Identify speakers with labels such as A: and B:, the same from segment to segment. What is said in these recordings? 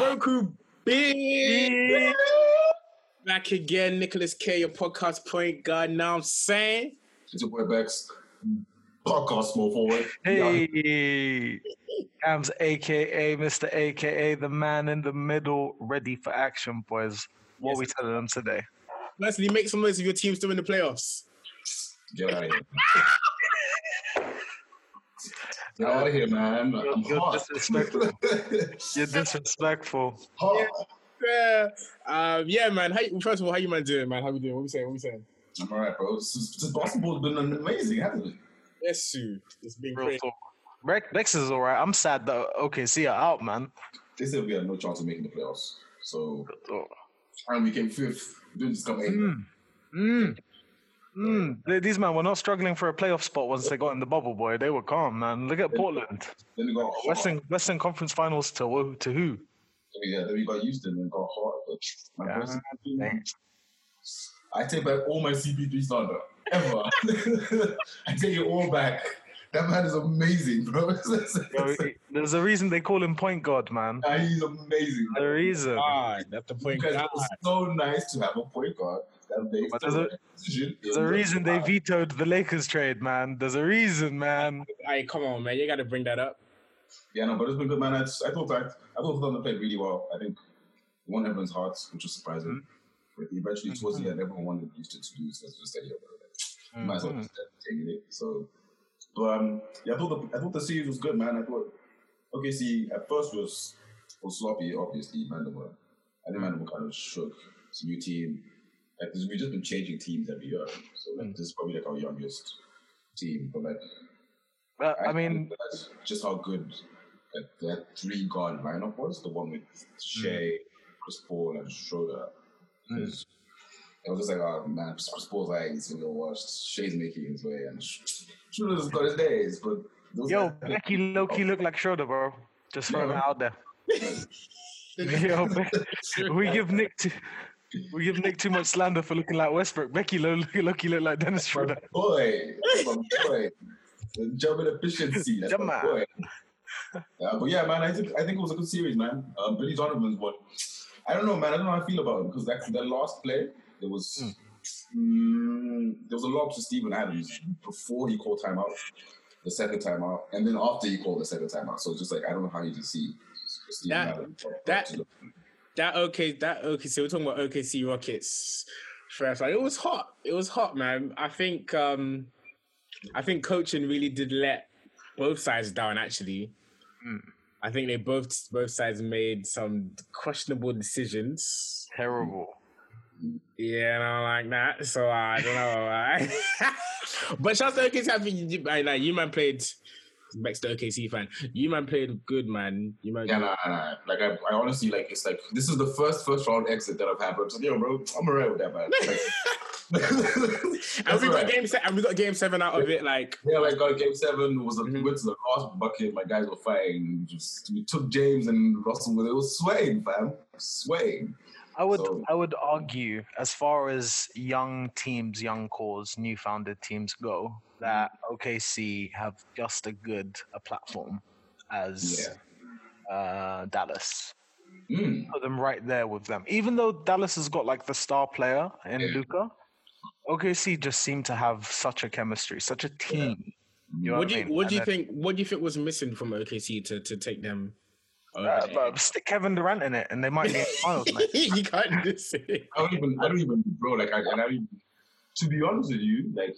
A: Roku bitch. Back again, Nicholas K, your podcast point guard. Now I'm saying,
B: It's your boy Bex. Podcast small forward.
C: Hey, Cam's AKA Mr. AKA the man in the middle, ready for action, boys. What
A: Yes.
C: we telling them today?
A: firstly, make some noise if your team's still in the playoffs.
B: Get out of here. Get out of here, man. I'm
C: You're
B: hot.
C: disrespectful. You're disrespectful.
B: hot.
A: Yeah, um, yeah, man. How, you- first of all, how you man doing, man? How we doing? What we saying? What we saying?
B: I'm all right, bro. This, is- this basketball's been amazing, hasn't it?
A: Yes, sue. It's been
C: Real
A: great.
C: talk. Rex- Rex is all right. I'm sad that OKC are out, man.
B: They said we had no chance of making the playoffs. So,
C: Oh.
B: and we came fifth. We didn't just come eighth.
C: Mm. Mm. Mm. They- These men were not struggling for a playoff spot once they got in the bubble, boy. They were calm, man. Look at Portland.
B: Then we got hot.
C: Western Western Conference Finals to who? To who?
B: Yeah, then we got Houston and got hot. But my
C: Yeah.
B: boys-
C: Dang.
B: I take back all my CP3 slander ever. I take it all back. That man is amazing, bro.
C: Yo, There's a reason they call him point guard, man.
B: Ah, He's amazing.
C: The reason.
A: God, that's the point.
B: Because
A: God.
B: it was so nice to have a point guard that makes
C: But
B: the
C: there's a-
B: right decision.
C: There's a reason they vetoed the Lakers trade, man. There's a reason, man.
A: Hey, come on, man. You got to bring that up.
B: Yeah, no, but it's been good, man. I, just, I thought that I thought Thunder played really well. I think they won everyone's hearts, which was surprising. But eventually, towards the end, everyone wanted Houston to lose. That's just any other. Might as well
C: Mhm.
B: just take it. So, but um, yeah, I thought the I thought the series was good, man. I thought okay, see, at first was was sloppy, obviously. Mandelma, I think Mandelma kind of shook. It's a new team. Like, 'cause we've just been changing teams every year, so like, this is probably like our youngest team. But like,
C: But, Uh, I mean,
B: that's just how good that, that three guard lineup was. The one with Shea, Chris Paul, and Schroeder.
C: Mm.
B: Is- It was just like, oh man, Chris Paul's like, he's gonna watch. Shea's making his way, and Sch- Schroeder's got his days. But it was
C: yo,
B: like-
C: Becky Loki looked like Schroeder, bro. Just throwing it
B: Yeah.
C: out there. Yo, Be- we give Nick too, we give Nick too much slander for looking like Westbrook. Becky Lo- Loki looked like Dennis Schroeder.
B: boy, that's my boy, the German efficiency, that's my
C: German.
B: boy. Uh, but yeah, man, I think I think it was a good series, man. Um, Billy Donovan's one. I don't know, man. I don't know how I feel about it because that the last play there was mm.
A: Hmm.
B: there was a lob to Stephen Adams before he called timeout, the second timeout, and then after he called the second timeout. So it's just like I don't know how you can see Steven
A: That-
B: Adams.
A: that- That okay, that okay. So we're talking about OKC Rockets first. Like it was hot. It was hot, man. I think um I think coaching really did let both sides down. Actually,
C: Hmm.
A: I think they both both sides made some questionable decisions.
C: Terrible.
A: Yeah, and I'm like that. So I don't know. I- but shout out to OKC. I think you, I, like you man played. Next to OKC fan, you man played good, man. You man,
B: Yeah, nah, nah, nah. Like, I, I honestly, like, it's like, this is the first first round exit that I've had, but I'm like, yo, bro, I'm all right with that, man. Like,
A: and
B: that's
A: we
B: all
A: got
B: right.
A: game set, and we got game seven out of it. Like
B: Yeah, like, got game seven was a, we
A: Mhm.
B: went to the last bucket, my guys were fighting. Just, we took James and Russell, they were swaying, fam. Swaying.
C: I would
B: So-
C: I would argue as far as young teams, young cores, new founded teams go, that
B: Mm-hmm.
C: OKC have just a good a platform as uh, Dallas.
B: Mm.
C: Put them right there with them. Even though Dallas has got like the star player in
B: Yeah.
C: Luca, OKC just seem to have such a chemistry, such a team. You know
A: What do
C: I
A: you
C: mean?
A: what do you
C: And then-
A: think what do you think was missing from OKC to, to take them?
B: Oh,
A: over?
C: Uh, but stick Kevin Durant in it, and they might be in the finals. mate.
A: you can't just say it.
B: I don't even, I don't even, bro, like, I, and I don't even, to be honest with you, like,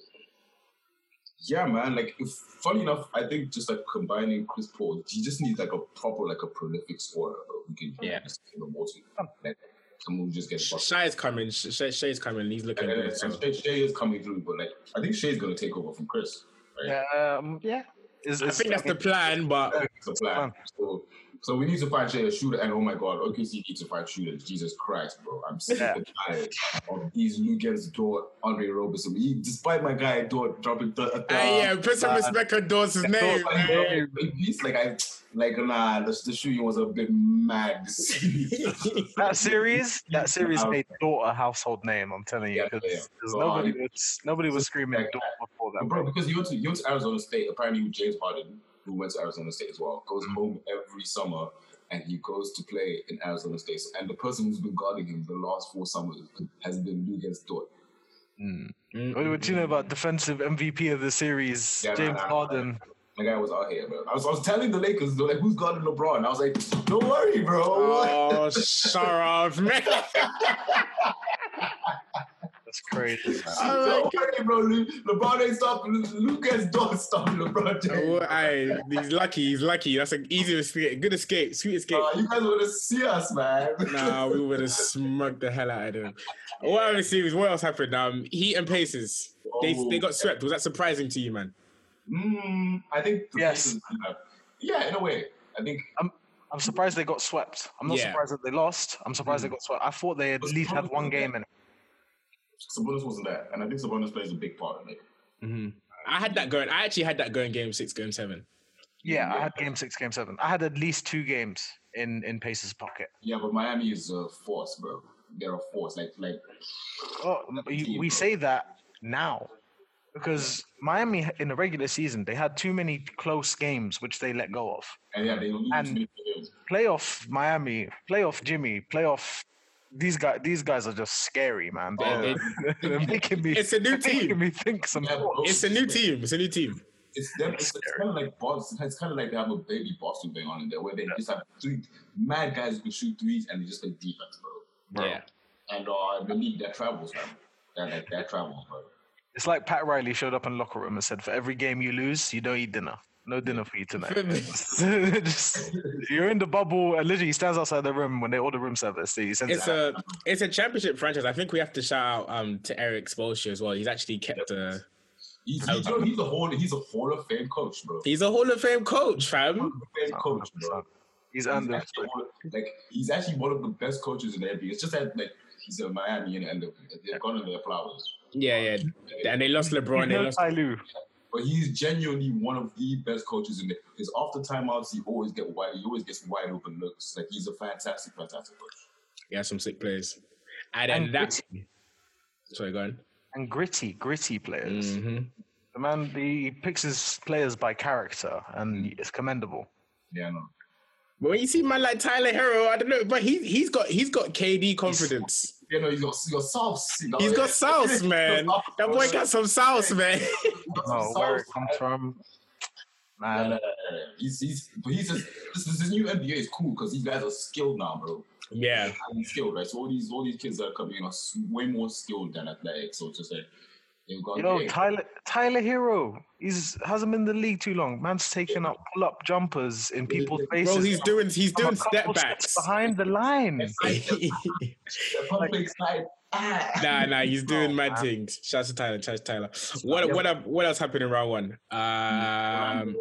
B: yeah, man, like, if, funny enough, I think just like combining Chris Paul, he just needs like a proper, like a prolific scorer who can
A: Yeah.
B: just get the ball to. Like, someone who just gets buckets.
A: Shai is coming. Shay, Shay's coming. He's looking
B: And, and,
A: good.
B: and,
A: So.
B: Shay- Shay is coming through, but like, I think Shay's gonna take over from Chris.
C: Yeah, um, yeah. Is-
A: I
C: is-
A: think that's the
C: mean,
A: plan, but
B: It's a plan. So, so we need to find Shea a shooter, and oh my god, OKC need to find shooters. Jesus Christ, bro, I'm sick and tired of these Lugans door Andre Robertson. He, despite my guy door dropping th- a
A: uh, yeah, put some respect on Dawson's name. man.
B: He's like I like nah. The, the shooting was a bit mad. this season.
C: that series, that series
B: Um,
C: made Dort a household name. I'm telling you,
B: Yeah,
C: because
B: yeah. So,
C: nobody
B: um,
C: was nobody was screaming
B: like,
C: Dort before that.
B: But bro, because you went to you went to Arizona State, apparently with James Harden, who went to Arizona State as well, goes home every summer and he goes to play in Arizona State. And the person who's been guarding him the last four summers has been Lugas Dort.
C: Mm. What, what do you know about defensive MVP of the series,
B: Yeah, nah,
C: James
B: nah, nah.
C: Harden?
B: The guy was out here, bro. I was, I was telling the Lakers, they're like, who's guarding LeBron? I was like, don't worry, bro.
A: Oh, shut up, man.
C: That's crazy.
A: I
B: don't
A: like
B: worry, bro. Le- LeBron ain't stopping. Lucas don't stop LeBron James.
A: Oh, aye, he's lucky. He's lucky. That's an easy escape. Good escape. Sweet escape.
B: Uh, you guys want to see us, man.
A: nah, we would have smoked the hell out of them. What other series? What else happened? Um, Heat and Pacers. They
B: Oh.
A: they got swept. Was that surprising to you, man?
B: Mm, I think. the
C: Yes.
B: Pacers- yeah, in a way. I think
C: I'm surprised they got swept. I'm not
A: Yeah. Mm.
C: surprised that they lost. I'm surprised they got swept. I thought they at
B: Was
C: least had
B: probably
C: one
B: there.
C: game in it.
B: Sabonis wasn't there, and I think Sabonis plays a big part in it.
A: I had that going. I actually had that going. Game six, game seven.
C: Yeah, I
B: Yeah.
C: had game six, game seven. I had at least two games in in Pacers' pocket.
B: Yeah, but Miami is a force, bro. They're a force. Like, like
C: Oh, you, we say that now because Miami in the regular season they had too many close games which they let go of.
B: and yeah, they lose
C: And-
B: many games.
C: Playoff Miami, playoff Jimmy, playoff. These guys, these guys are just scary, man.
A: Oh, They-
C: They're, they're making me.
A: It's a new
C: they're Making
A: team.
C: me think some.
B: Yeah,
C: thoughts.
B: bro.
A: It's a new team. It's a new team.
B: It's, them, it's, it's
C: Scary.
B: kind of like Boston. It's kind of like they have a baby Boston going on in there, where they just have three mad guys who can shoot threes and they just play defense, bro.
C: Bro.
A: Yeah.
B: And uh, the league that travels, man. That like that travels, bro.
C: It's like Pat Riley showed up in locker room and said, "For every game you lose, you don't eat dinner. No dinner for you tonight. Just- you're in the bubble." And literally, he stands outside the room when they order room service. So he sends
A: It's
C: it out.
A: a it's a championship franchise. I think we have to shout out um to Eric Spolstra as well. He's actually kept a
B: He's he's, bro, he's a whole he's a Hall of Fame coach, bro.
A: he's a Hall of Fame coach,
B: Hall of
A: fam.
B: Fame coach, bro.
C: He's
B: He's
C: earned the
B: actually one of- like he's actually one of the best coaches in the NBA. It's just that like he's a Miami and, and they've they've gone to their flowers.
A: Yeah, yeah. And they lost LeBron. They
C: No
A: lost.
C: Ty Lue.
B: But he's genuinely one of the best coaches in there. Because after timeouts, he always get wide. He always gets wide open looks. Like he's a fantastic, fantastic coach.
A: Yeah, some sick players. And then
C: And
A: that. Sorry, go on.
C: and gritty, gritty players.
A: hmm
C: The man, he picks his players by character, and it's commendable.
B: Yeah, no.
A: But when you see man like Tyler Hero, I don't know, but he he's got he's got KD confidence.
B: Yeah, no. He's got he's got sauce. You know?
A: He's got sauce, man. That boy got some sauce, man.
B: He's got some
C: Oh, where it
B: sauce,
C: comes
B: man.
C: from,
B: Nah, nah,
C: man.
B: nah, nah, nah. He's he's but he's just this, this, this new NBA is cool because these guys are skilled now, bro.
A: yeah,
B: highly skilled, right? So all these all these kids that are coming in are s- way more skilled than athletic. So it's just like they've got
A: Oh,
C: You know,
B: yeah,
C: Tyler Tyler Hero. He's hasn't been in the league too long. Man's taken up pull up jumpers in people's faces.
A: bro, he's doing he's
C: from
A: doing
C: a couple
A: step backs.
C: steps behind the line.
B: the public side. Ah.
A: nah, nah, he's doing mad
C: Oh, man.
A: things. Shouts to Tyler, shouts to Tyler. What what up- what else happened in round one? Um,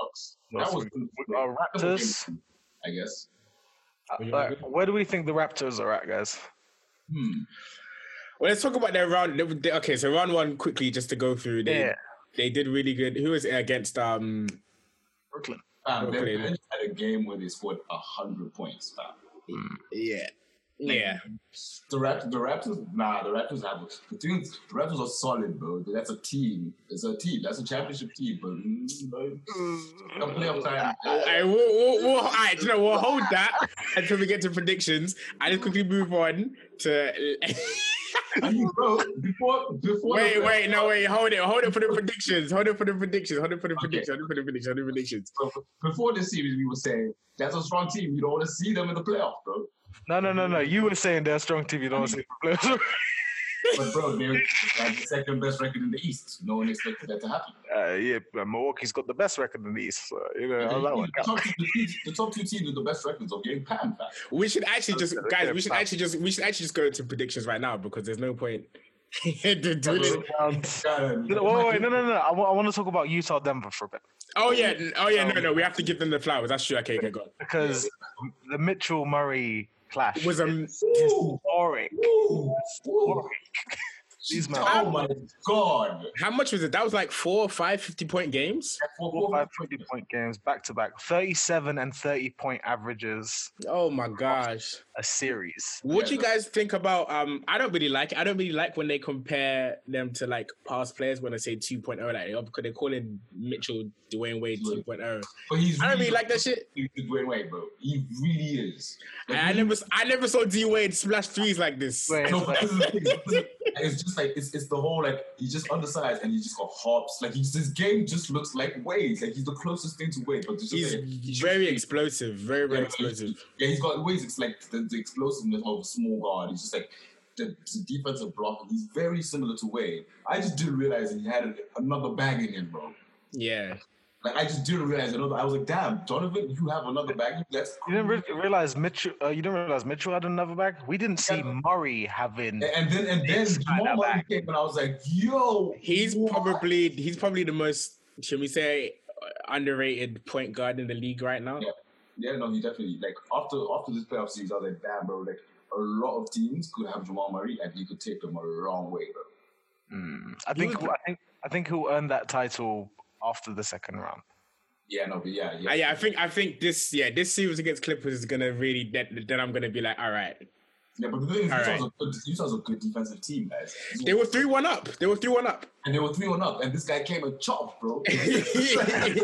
B: Bucks.
C: Well,
B: That was
C: our Raptors.
B: I guess.
C: Uh, where do we think the Raptors are at, guys?
B: Hmm.
A: well, let's talk about their round. they- okay, so round one quickly, just to go through. They
C: Yeah.
A: they did really good. Who was it against? Um,
C: Brooklyn.
B: Fam, they
A: Brooklyn.
B: they just had a game where they scored hundred points. Fam.
A: yeah, yeah.
B: The Raptors, the Raptors, nah, the Raptors have the thing. is, The Raptors are solid, bro. That's a team. It's a team. That's a championship team. But mm, bro, come playoff time.
A: Hey, we'll, we'll, we'll, all right, you know, we'll hold that until we get to predictions. I just quickly move on to.
B: I mean, bro, before before the-
A: wait, wait, no, wait, hold it, hold it for the predictions, hold it for the predictions, hold it for the
B: Okay.
A: predictions, hold it for the predictions, hold it for the predictions.
B: before this series, we were saying that's a strong team. You don't want to see them in the playoff, bro.
C: No, no, no, no. You were saying they're a strong team. You
A: Mm.
C: don't want to see the players.
B: But bro, they're like the second best record in the East. No one expected that to happen.
C: uh, yeah, but Milwaukee's got the best record in the East. So, you know, how's that
B: the,
C: one?
B: top two, teams- the top two teams with the best records are getting panned back.
A: We should actually just,
C: Okay,
A: guys,
C: okay,
A: we should
C: fine.
A: actually just, we should actually just go to predictions right now because there's no point. in doing it.
C: Wait, wait, wait, no, no, no. I want to talk about Utah Denver for a bit
A: oh yeah, n- oh yeah, no, no, we have to give them the flowers. That's true. Okay, okay, go. on.
C: because the Mitchell Murray clash
A: Was um,
C: historic.
B: Ooh, ooh.
C: Historic. These man.
B: Oh my god!
A: How much was it? That was like four or five 50 point games.
B: Four,
C: Four,
B: four,
C: five 50 point games back to back, 37 and 30 point averages
A: Oh my gosh.
C: a series.
A: What do
B: Yeah,
A: you guys think about? Um, I don't really like. it. I don't really like when they compare them to like past players when they say 2.0 like oh, because they're calling Mitchell Dwayne Wade 2.0
B: But he's.
A: I don't really like that shit.
B: He's Dwayne Wade, bro. He really is.
A: And I never, I never saw D Wade splash threes like this.
C: Wait,
B: No, but
C: but
B: this is the thing. this is the- It's just like it's, it's the whole like he's just undersized and he just got hops. Like he just, his game just looks like Wade. Like he's the closest thing to Wade, but it's just
A: He's
B: like, he shoots
A: very
B: big.
A: explosive, very very
B: Yeah,
A: explosive.
B: Yeah, he's got ways. It's like the, the explosiveness of a small guard. He's just like the, the defensive block. He's very similar to Wade. I just didn't realize he had another bag in him, bro.
A: Yeah,
B: Like I just didn't realize another. I was like, damn, Donovan, you have another bag. in you? That's
C: you didn't re- realize Mitchell. Uh, you didn't realize Mitchell had another bag. We didn't see Murray having.
B: And- and then and then
C: It's kinda
B: Jamal Murray
C: back.
B: came, and I was like, yo,
A: he's
B: what?
A: probably he's probably the most should we say underrated point guard in the league right now.
B: Yeah. Yeah, no, he definitely like after after this playoff series, I was like, damn, bro, like a lot of teams could have Jamal Murray and he could take them a long way, bro.
C: Hmm. I think.
A: was-
C: I think. I think he'll earn that title after the second round.
B: Yeah, no, but yeah, yeah,
A: Uh, yeah, I think I think this yeah this series against Clippers is gonna really that, then I'm gonna be like all right
B: yeah. But the thing is,
A: All
B: Utah's,
A: right.
B: a good, Utah's a good defensive team, guys.
A: they were three one up they were three one up
B: and they were three one up, and this guy came and chopped, bro. like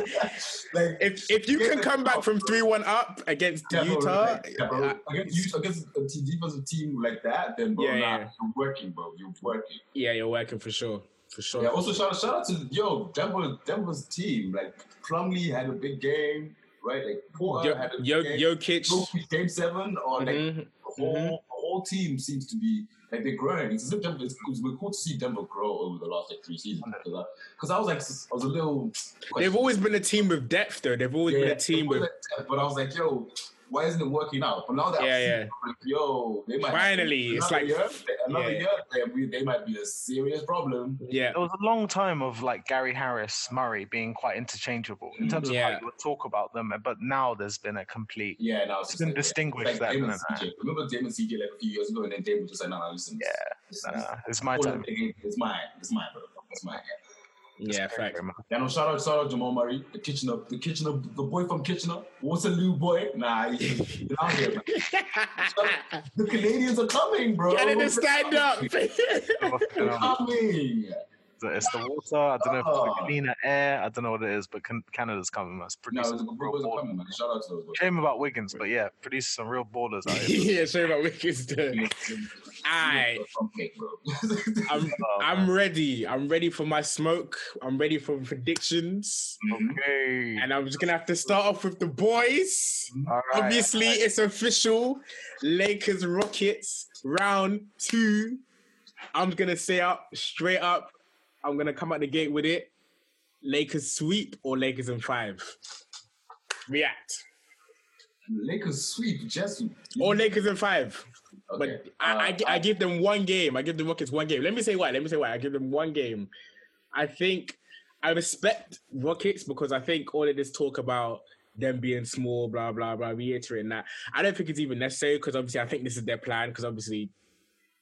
A: If if you can come back from three one up against
B: Yeah, bro,
A: Utah,
B: like, yeah, bro.
A: uh,
B: against, Utah- against a te- defensive team like that, then bro,
A: Yeah,
B: nah,
A: yeah.
B: you're working, bro. You're working.
A: yeah, you're working for sure, for sure.
B: Yeah. Also, shout, shout out to yo Denver, Denver's team. Like Plumlee had a big game, right? Like Porter
A: Yo,
B: had a big
A: yo,
B: game.
A: Jokic,
B: So, game seven, or like
A: mhm,
B: the whole the whole team seems to be like they're growing. It's as if Denver, it's, it's been cool to see Denver grow over the last like three seasons. Because I was like, I was a little.
A: they've always been a team with depth, though. They've always been a team with.
B: but I was like, yo. Why isn't it working out? But now that
A: Yeah,
B: I've seen
A: yeah.
B: it, I'm like, yo, they might
A: Finally, it's
B: another
A: like-
B: year, another
A: yeah.
B: year, they- we- they might be a serious problem.
A: Yeah,
C: There was a long time of like Gary Harris, Murray being quite interchangeable in terms of
A: Yeah.
C: how you would talk about them, but now there's been a complete.
B: Yeah, now it's
C: It's
B: just
C: been
B: like, yeah.
C: distinguished
B: Like
C: that.
B: Damon
C: isn't it?
B: CJ. Remember Damon CJ like a few years ago, and then Damon was just like, "No, nah, listen,
C: Yeah,
B: it's,
C: Nah,
B: it's,
C: uh, it's my
B: it's,
C: time.
B: it's mine, it's mine, bro, it's mine."
A: yeah, fact.
B: Yeah, no, shout out, shout out Jamal Murray, the Kitchener, the Kitchener, the boy from Kitchener. What's a new boy? Nah, he's he's out here. Man. The Canadians are coming, bro.
A: Canada, stand up.
B: They're coming.
C: So It's the water. I don't know if it's
B: Oh.
C: the cleaner air. I don't know what it is, but can, Canada's coming. That's
B: No,
C: producing
B: the
C: some
B: boys
C: real
B: are
C: ballers.
B: coming, man. Shout out to those boys.
C: Shame about Wiggins, but yeah, produce some real ballers. Out here.
A: yeah, sorry about Wickets. though. Aight.
B: Okay, bro.
A: I'm
C: Oh,
A: I'm ready. I'm ready for my smoke. I'm ready for predictions,
C: man. okay.
A: and I'm just gonna have to start off with the boys.
C: All right.
A: Obviously, it's official. Lakers Rockets round two. I'm gonna say up straight up. I'm gonna come out the gate with it. Lakers sweep or Lakers in five. React
B: Lakers sweep, Jesse.
A: or Lakers in five. Oh, But
B: Okay.
A: I, I,
B: Uh,
A: gi- I give them one game. I give the Rockets one game. Let me say why. Let me say why. I give them one game. I think I respect Rockets because I think all of this talk about them being small, blah blah blah, reiterating that. I don't think it's even necessary because obviously I think this is their plan because obviously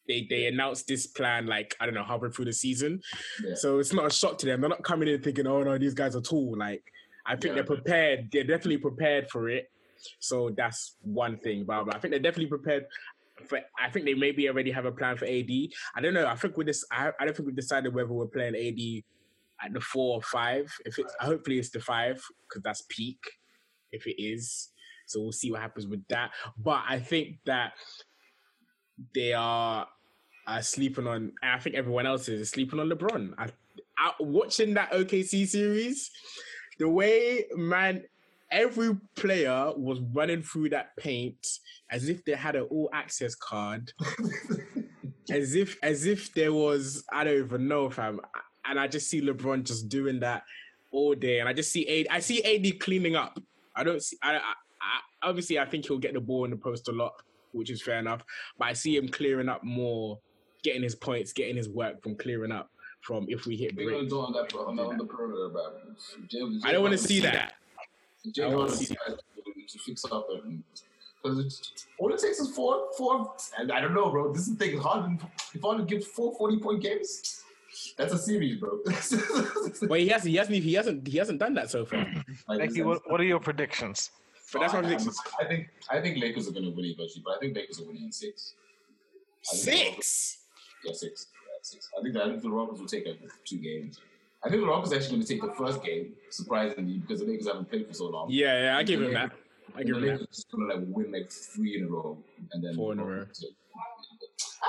A: they they announced this plan like I don't know halfway through the season,
B: Yeah.
A: so it's not a shock to them. They're not coming in thinking, oh no, these guys are tall. Like I think
B: Yeah.
A: they're prepared. They're definitely prepared for it. So that's one thing, blah blah. I think they're definitely prepared. For, I think they maybe already have a plan for AD. I don't know. I think we just. I, I don't think we decided whether we're playing AD at the four or five. If it's hopefully it's the five because that's peak. If it is, so we'll see what happens with that. But I think that they are uh, sleeping on. And I think everyone else is sleeping on LeBron. I, I, watching that OKC series, the way man, every player was running through that paint as if they had an all access card, as if as if there was I don't even know, fam. And I just see LeBron just doing that all day, and I just see AD, I see AD cleaning up. I don't see. I, I, I obviously I think he'll get the ball in the post a lot, which is fair enough. But I see him clearing up more, getting his points, getting his work from clearing up from if we hit
B: They're gonna
A: break.
B: do on that on, that, on the perimeter, bro. James-
A: I don't want to
B: James-
A: see that.
B: Jay
A: I wanna
B: Harden
A: see
B: has to fix up and Because all it takes is four, four, and I don't know, bro. This is the thing. Harden, if Harden gives four 40 point games, that's a series, bro.
A: Well, he hasn't, he hasn't, he hasn't, he hasn't done that so far.
B: Like,
C: Becky,
B: it's-
C: what, what are your predictions?
A: But that's what I'm thinking.
B: I think I think Lakers are going to win eventually, but I think Lakers are winning in six. I think the Rockets-
A: Six.
B: Yeah, six. Yeah, six. I think that I think the Rockets will take like two games. I think the Rockets are actually going to take the first game, surprisingly, because the Lakers haven't played for so long.
A: Yeah, yeah, I give him that. I
B: And the
A: give him that.
B: Lakers are just going to like win like three in a row, and then
A: Four in a row.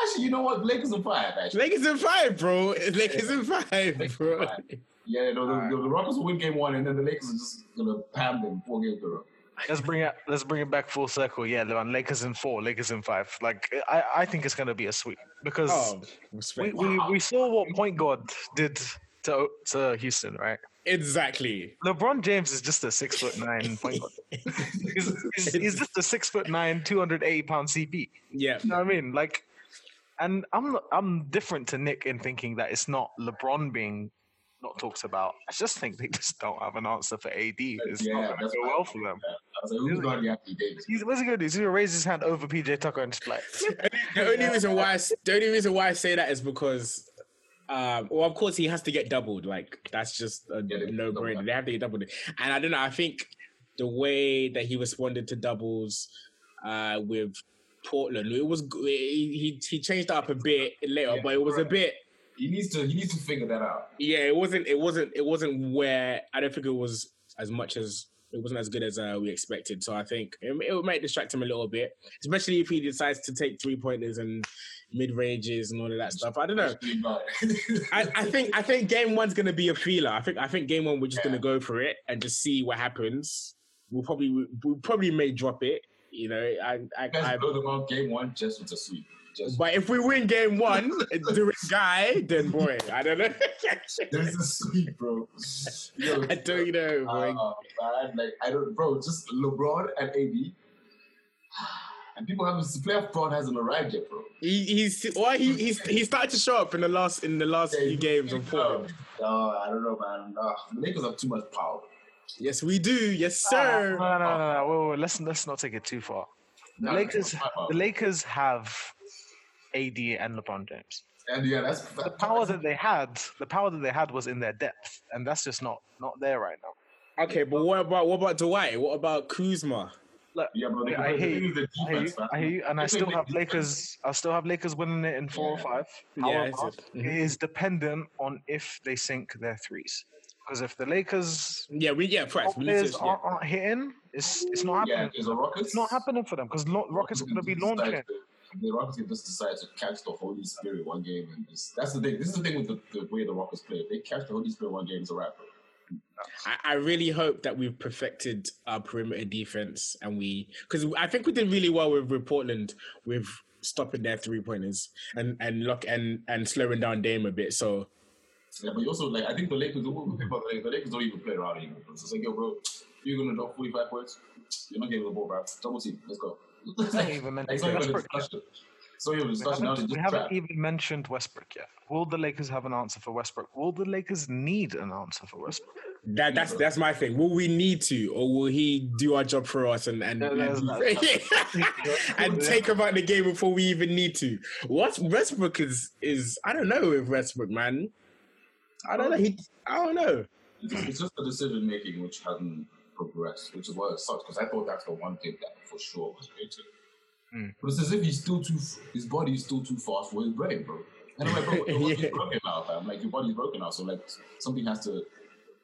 B: Actually, you know what? Lakers are five. Actually,
A: Lakers in five, bro. Lakers in five,
B: Lakers
A: bro.
B: in five. yeah, no, the,
C: Alright.
B: the, the Rockets will win game one, and then the Lakers are just going to pound them four games in a row.
C: Let's bring it. Let's bring it back full circle. Yeah, Levan, Lakers in four, Lakers in five. Like I, I think it's gonna be a sweep because
A: Oh,
C: we,
A: respect.
C: we, we saw what point guard did to to Houston, right?
A: Exactly.
C: LeBron James is just a six foot nine point guard. He's, he's, he's just a six foot nine, two hundred eighty pound CP.
A: Yeah.
C: You know what I mean? Like, and I'm not- I'm different to Nick in thinking that it's not LeBron being not talked about. I just think they just don't have an answer for AD. It's
B: Yeah,
C: not going
B: that's
C: to go
B: what I
C: well for them.
B: I was like, who's
C: Really?
B: guarding Anthony Davis?
C: He's, what's he gonna do? He's gonna raise his hand over PJ Tucker and just be like,
A: The only reason why I, s- the only reason why I say that is because, um, well, of course he has to get doubled. Like that's just a
B: Yeah, they-
A: no brainer. They have to get doubled, and I don't know. I think the way that he responded to doubles uh, with Portland, it was g- he he- he changed up a bit later,
B: Yeah,
A: but it was a
B: right.
A: bit.
B: He needs to. He needs to figure that out.
A: Yeah, it wasn't. It wasn't. It wasn't where I don't think it was as much as it wasn't as good as uh, we expected. So I think it, it might distract him a little bit, especially if he decides to take three pointers and mid ranges and all of that stuff. I don't know.
B: Actually, but-
A: I, I think I think game one's gonna be a feeler. I think I think game one we're just gonna go for it and just see what happens. We'll probably we will probably may drop it. You know, I, I,
B: guys
A: I
B: blow them out game one just with a sweep. Just
A: but if we win game one, the guy, then boy, I don't know.
B: there's a sweep, bro. Yo,
A: I don't know.
B: uh,
A: Boy.
B: man, like I don't, bro. Just LeBron and AD, and people haven't. Playoff Braun hasn't arrived yet, bro.
A: He, he's well, he, he's he started to show up in the last in the last few games on Portland.
B: No, oh, I don't know, man. Uh, the Lakers have too much power.
A: Yes, we do. Yes,
C: no,
A: sir.
C: no, no, no, no. Wait, wait, let's let's not take it too far. The
B: No,
C: Lakers,
B: no, no, no.
C: the Lakers have AD and LeBron James.
B: And yeah, that's
C: The power that they had, the power that they had was in their depth, and that's just not not there right now.
A: Okay, but what about what about Dwight? What about Kuzma?
B: Yeah, bro. They
C: I
B: the
C: hear
B: thing
C: you.
B: is the
C: I hear you,
B: defense, man.
C: I hear you, and I
B: If they
C: still
B: make
C: have
B: defense-
C: Lakers. I still have Lakers winning it in four or
B: Yeah.
C: five.
A: Yeah,
C: However,
A: it's it. Mhm.
C: it is dependent on if they sink their threes. Because if the Lakers
A: Yeah, we yeah, press. We need
C: players
A: to, yeah.
C: aren't, aren't hitting, it's it's not happening.
B: Yeah, there's a Rockets.
C: It's not happening for them because Rockets are
B: can
C: going to be
B: just decide
C: launching.
B: to- The Rockets can just decide to catch the Holy Spirit one game, and just, that's the thing. This is the thing with the, the way the Rockets play. If they catch the Holy Spirit one game, it's a wrap. bro.
A: I, I really hope that we've perfected our perimeter defense and we because I think we did really well with, with Portland with stopping their three pointers and and lock and and slowing down Dame a bit. So
B: Yeah, but you also like I think the Lakers. What we think about the Lakers? The Lakers don't even play around anymore. bro. So it's like, yo, bro, you're gonna drop 45 points. You're not getting the ball, bro. Double team. Let's go. It's
C: not even meant to
B: It's
C: be.
B: not even a
C: Westbrook, yeah.
B: discussion. So you have a
C: We
B: discussion now.
C: haven't,
B: Just
C: we haven't
B: trap.
C: even mentioned Westbrook yet. Will the Lakers have an answer for Westbrook? Will the Lakers need an answer for Westbrook?
A: that that's that's my thing. Will we need to or will he do our job for us and and,
C: No, no,
A: and-
C: no,
A: and take about the game before we even need to? What Westbrook is is I don't know with Westbrook man. I don't know. He I don't know.
B: It's just, it's just the decision making which hasn't progressed, which is why it sucks. Because I thought that's the one thing that for sure was going to.
C: Mm.
B: But it's as if he's still too, his body's still too fast for his brain, bro. And I'm like, bro, your body's
A: Yeah.
B: broken now, fam. Like your body's broken now, so like something has to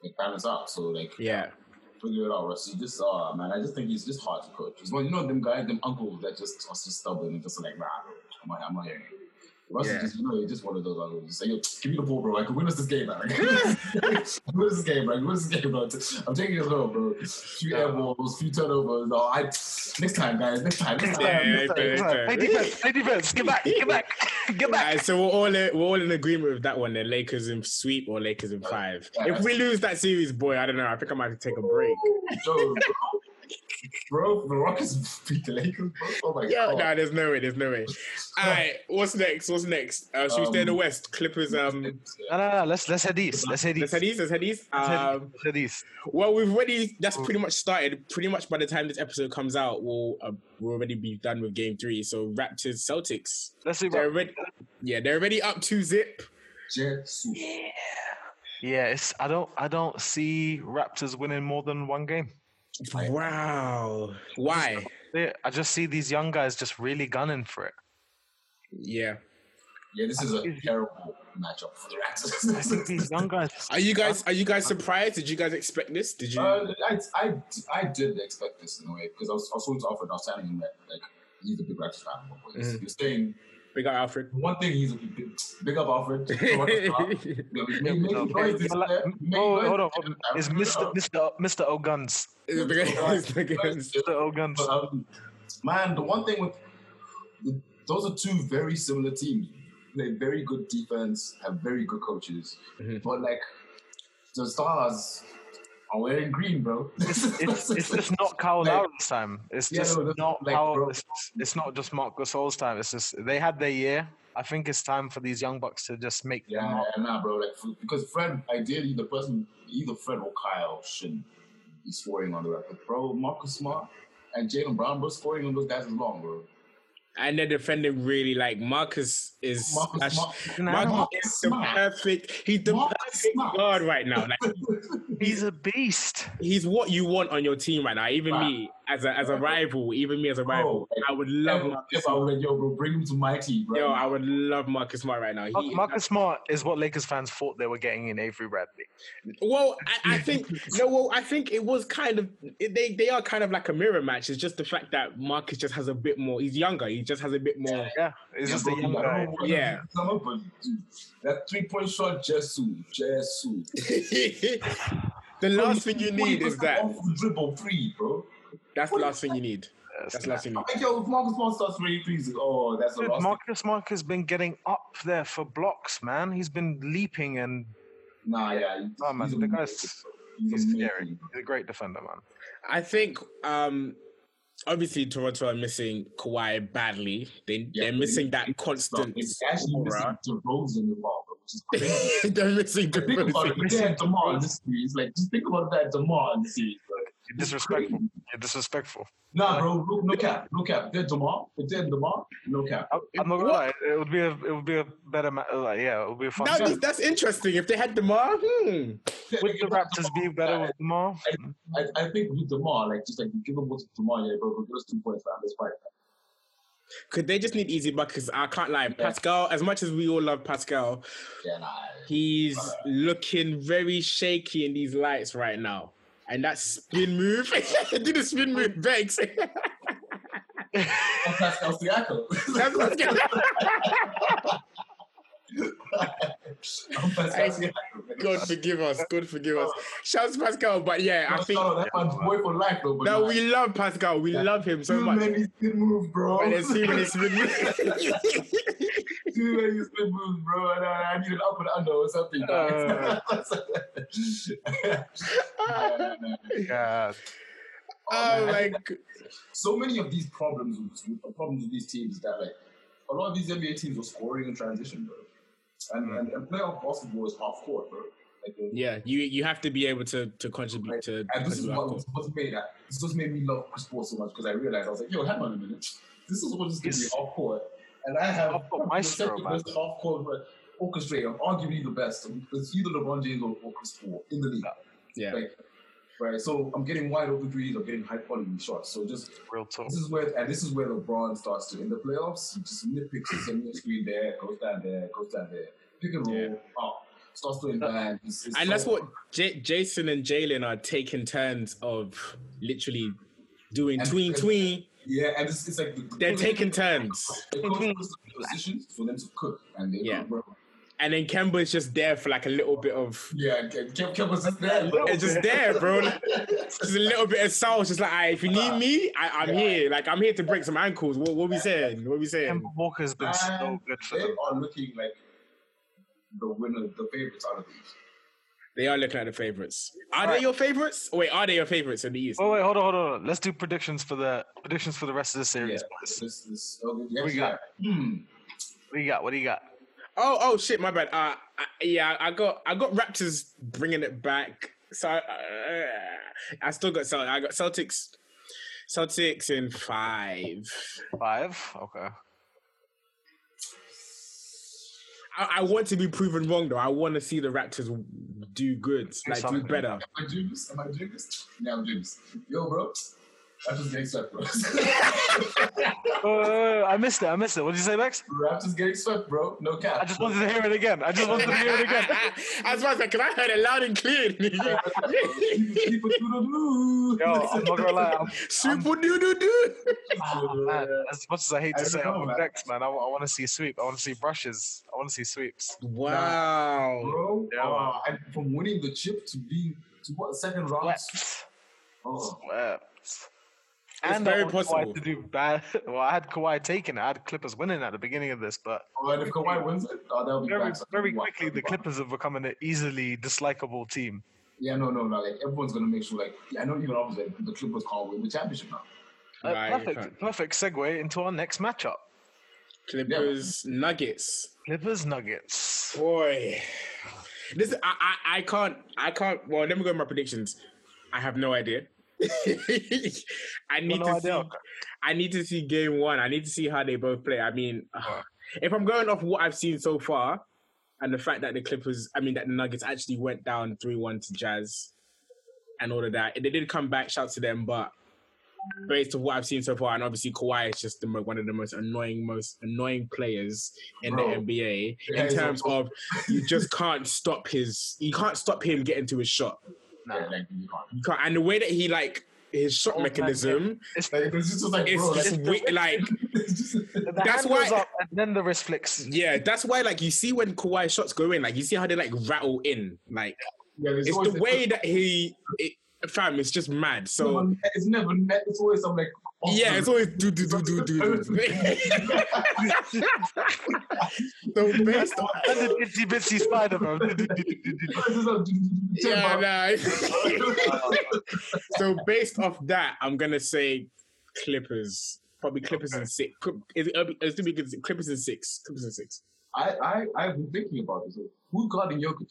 B: like balance out. So like,
A: Yeah.
B: figure it out, Russ. You just, ah, man, I just think he's just hard to coach. He's one, you know, them guys, them uncles that just are just stubborn and just like, nah, bro, I'm not, I'm not hearing you. Russ
A: Yeah.
B: is just, you know, he's just one of those uncles. Just say, yo, give me the ball, bro. I can win us this game, man. I can win us this game, bro. I can win us this game, bro. I'm taking this home, bro. Few air balls, few turnovers. Oh, I, next time, guys. Next time. Next time.
A: Yeah, yeah,
B: next time.
A: okay, okay.
C: Play defense, play defense. Get back, get back, get
A: All
C: back.
A: right, so we're all in, we're all in agreement with that one. Then Lakers in sweep or Lakers in
C: Oh
A: five. If we lose that series, boy, I don't know. I think I might have to take a break.
B: Yo, bro. bro. The Rockets beat the Lakers. Bro. Oh my
A: Yeah,
B: god.
A: nah, there's no way. There's no way.
C: Oh.
A: All right, what's next? What's next? Uh, should we stay in the
B: Um,
A: West? Clippers. Um,
C: No, no, no. Let's let's head east. Let's head
A: let's
C: east.
A: head east. Let's head east.
C: Let's head-
A: Um,
C: let's head east.
A: well, we've already. That's
B: Mm.
A: pretty much started. Pretty much by the time this episode comes out, we'll uh, we'll already be done with Game Three. So Raptors Celtics.
C: Let's see.
A: They're already. Yeah, they're already up two zip.
B: Jets.
C: Yeah, it's, I don't I don't see Raptors winning more than one game.
A: Wow. Why?
C: They- I just see these young guys just really gunning for it.
A: Yeah.
B: Yeah, this is a terrible matchup for the
C: I think
B: Raptors.
C: these young guys.
A: Are you guys? Are you guys surprised? Did you guys expect this? Did you?
B: Uh, I, I, I did expect this in a way because I was, I was talking to Alfred. I was telling him that like he's a big Raptors fan. but He's,
C: Mm-hmm.
A: Mhm.
B: he's saying
A: we got Alfred.
B: one thing. He's a big, big up Alfred. Make noise this
C: Well,
B: year. Make
C: Oh,
B: noise
C: hold on.
B: this year.
C: Is
B: I'm
C: Mr.
B: good.
C: Mr. Mr. O'Guns?
A: It's because- it's because-
C: Mr. O'Guns.
B: But, um, man, the one thing with the, those are two very similar teams. They have very good defense, have very good coaches,
C: Mm-hmm.
A: Mhm.
B: but like the stars are wearing green, bro.
C: It's, it's just not Kyle
B: Like-
C: Lowry's time. It's
B: Yeah,
C: just
B: no, that's
C: not
B: like,
C: Kyle,
B: bro.
C: it's, it's not just Mark Gasol's time. It's just they had their year. I think it's time for these young bucks to just make their
B: yeah,
C: mark.
B: nah, bro. Like f- because Fred, ideally, the person either Fred or Kyle should be scoring on the record, bro. Marcus Smart and Jalen Brown, bro, scoring on those guys is long, bro.
A: and they're defending really like Marcus is
B: Marcus
A: that's-
B: Smart.
A: Marcus
B: Marcus
A: is the
B: Smart.
A: perfect he's the
B: Marcus
A: perfect
B: Smart.
A: guard right now. Like
C: He's a beast.
A: he's what you want on your team right Oh. now. Even me as a as a rival, even me as a rival,
B: like,
A: I would love
B: If-
A: Marcus
B: if I
A: Smart.
B: were like, yo, bro, bring him to my team, bro.
A: Yo, I would love Marcus Smart right now.
C: Mar-
A: He,
C: Marcus Smart is what Lakers fans thought they were getting in Avery Bradley.
A: well, I, I think no. Well, I think it was kind of it- they they are kind of like a mirror match. It's just the fact that Marcus just has a bit more. He's younger. He just has a bit more.
C: Yeah, it's
B: Yeah,
C: just
B: bro,
C: a young
B: I don't
C: guy.
B: know what
A: Yeah.
B: he's done, but dude, that three point shot, Jesu, Jesu.
A: the last thing you need is that.
B: Off dribble three, bro.
A: That's the last thing you need.
C: Yes,
A: That's the
C: man.
A: last thing you
B: I
A: need.
B: think yo, if Marcus Smart starts three threes, oh, that's a
C: Dude,
B: loss.
C: Marcus Smart has been getting up there for blocks, man. He's been leaping and
B: nah, yeah, he's,
C: oh man,
B: he's
C: the
B: amazing,
C: guy's
B: bro. He's
C: he's
B: amazing.
C: scary. He's a great defender, man.
A: I think um obviously Toronto are missing Kawhi badly. They
B: Yeah,
A: they're
B: but
A: missing
B: it-
A: that constant.
B: It's actually
A: aura.
B: missing DeRozan the ball, bro, which is crazy.
A: they're missing
B: But think about it.
A: DeRozan.
B: They had DeMar in this series. Like, just think about that DeMar in the series, bro.
C: You're
B: It's
C: disrespectful.
B: crazy.
C: You're disrespectful.
B: Nah, bro, no, no cap, no cap. If they're DeMar, if they're DeMar, no cap.
C: I, I'm not gonna lie. It would be a it would be a better ma- uh, like, yeah, it would be a fun.
A: That
C: game.
A: was- that's interesting. If they had Demar, hmm.
C: Would the Raptors be better with Mm-hmm. Demar?
B: I, I think with Demar, like just like you give him what's Demar, yeah, bro, give us two points, man. Let's fight.
A: could they just need easy buckets? I can't lie. Pascal, as much as we all love Pascal,
B: Yeah, nah.
A: he's looking very shaky in these lights right now. And that spin move, do the spin move, Banks.
B: Oh, Pascal Siakam.
A: That's what's going
B: I'm Pascal
A: I-
B: Siakam.
A: God forgive us. God forgive us. Shouts Pascal, but yeah, I
B: No,
A: think
B: no, that's my boy for life, though. But
A: no,
B: nah,
A: we love Pascal. We
B: Yeah.
A: love him so
B: too
A: much.
B: many spin moves, bro.
A: But there's too many spin moves.
B: too many spin moves, bro. And I, I need an up and under or something.
C: Uh.
B: dog. Nah, nah, nah.
C: Yeah,
A: oh
B: man, I
A: my
B: think
A: god.
B: so many of these problems with problems with these teams that like a lot of these NBA teams are scoring in transition, bro. And and, and playoff basketball is half court, bro. Like, uh,
A: Yeah, you you have to be able to to contribute to.
B: And this is
A: contribute
B: what,
A: output.
B: what's made that this is what made me love Chris Paul so much because I realized I was like, yo, hang on a minute, this is what is going to be
C: Yes.
B: half court, and I have
C: Half
B: probably
C: court
B: the
C: maestro,
B: second
C: man.
B: best half court orchestrator, arguably the best. It's either LeBron James or, or Chris Paul in the league.
A: Yeah.
B: Like, right, so I'm getting wide open threes, I'm getting high quality shots. So just
C: real talk.
B: This is where and this is where LeBron starts to in the playoffs. He just nitpicks his sending screen there, goes down there, goes down there, pick and roll,
A: Yeah. Uh,
B: oh, starts doing that. It's, it's
A: And that's
B: so-
A: what J- Jason and Jalen are taking turns of literally doing
B: And-
A: tween
B: and-
A: tween.
B: Yeah, and it's, it's like the, the
A: They're
B: coach-
A: taking turns.
B: The coach puts them in positions for them to cook, and they
A: Yeah.
B: bro.
A: And then Kemba's just there for like a little bit of.
B: yeah, Kev, Kev, Kev was just there. bro.
A: It's just there, bro. Like, Just a little bit of soul. Just like, "Aight, if you need me, I, I'm here. Like, I'm here to break some ankles. What, what we saying? What we saying?
C: Kemba Walker's been so
B: And
C: good for
B: they
C: them.
B: are looking like the winner, the favorites out of these.
A: They are looking at the favorites. Are they your favorites? Wait, are they your favorites in the East?
C: Oh wait, hold on, hold on. hold on. Let's do predictions for the predictions for the rest of the
B: Yeah,
C: series.
B: this,
C: boys.
B: this, oh, yes,
C: We got-
B: yeah. Hmm.
C: What do you got? What do you got?
A: Oh, oh shit, my bad. Uh, I, yeah, I got I got Raptors bringing it back. So uh, I still got Celtics. I got Celtics, Celtics in five.
C: Five. Okay.
A: I, I want to be proven wrong though. I want to see the Raptors do good, like do
C: something.
A: better.
B: Am I doing this? Am I doing this? Yeah, I'm doing this. Yo, bro. Raptors getting swept, bro.
C: Uh, I missed it. I missed it. What did you say, Max?
B: Raptors getting swept, bro. No cap.
C: I just wanted to hear it again. I just wanted to hear it again.
A: I was about to say, 'cause I heard it loud and clear.
B: Keep it to the blue.
C: Yo, I'm not gonna lie. I'm,
A: Super doo doo doo.
C: ah, man, as much as I hate
B: I
C: to
B: don't
C: say,
B: know,
C: I'm
B: man.
C: vexed, man. I, want to see a sweep. I want to see brushes. I want to see sweeps.
A: Wow.
B: Bro,
C: Yeah,
B: uh, I, from winning the chip to being to what second round?
C: Swept.
B: Oh,
C: Swept. And
A: very
C: I want
A: possible.
C: Kawhi to do bad. Well, I had Kawhi taken. it. I had Clippers winning at the beginning of this, but
B: oh, and if Kawhi wins it, oh, that'll be
C: very,
B: back.
C: very
B: uh,
C: quickly, the Clippers have become an easily dislikable team.
B: Yeah, no, no, no. Like everyone's gonna make sure. Like, yeah, I know even obviously like, the Clippers can't win the championship now.
C: Uh,
A: Right, okay.
C: perfect, perfect segue into our next matchup:
A: Clippers Nuggets.
C: Clippers Nuggets.
A: Boy, this I, I I can't I can't. Well, let me go with my predictions. I have no idea. I need
C: no
A: to
C: idea,
A: see.
C: okay.
A: I need to see game one. I need to see how they both play. I mean, if I'm going off what I've seen so far, and the fact that the Clippers, I mean, that the Nuggets actually went down three one to Jazz, and all of that, they did come back. Shout to them, but. Based on what I've seen so far, and obviously Kawhi is just the, mo- one of the most annoying, most annoying players in
B: Bro.
A: the NBA
B: Yeah,
A: in
B: he's
A: terms
B: awful.
A: of you just can't stop his you can't stop him getting to his shot.
C: Nah.
B: Yeah, like you can't.
A: You can't and the way that he like his shot
C: Oh,
A: mechanism
B: Like it's just like
A: is
B: bro,
A: just
B: like,
A: wi- like
B: it's just,
C: The
A: That's
C: hand goes
A: why-
C: up and then the wrist flicks.
A: yeah, that's why like you see when Kawhi shots go in, like you see how they like rattle in. Like
B: yeah,
A: it's
B: always
A: the way that he it, fam, it's just mad. So
B: it's never net. It's always some like
A: yeah, it's always do do do do do do. So based on
C: And the itsy bitsy spider man.
A: yeah, nah. so based off that, I'm gonna say Clippers. Probably Clippers and six. Clip- Is it, uh, it's gonna be good. Clippers and six. Clippers and six.
B: I, I, I've been thinking about this. Who guarding Jokic?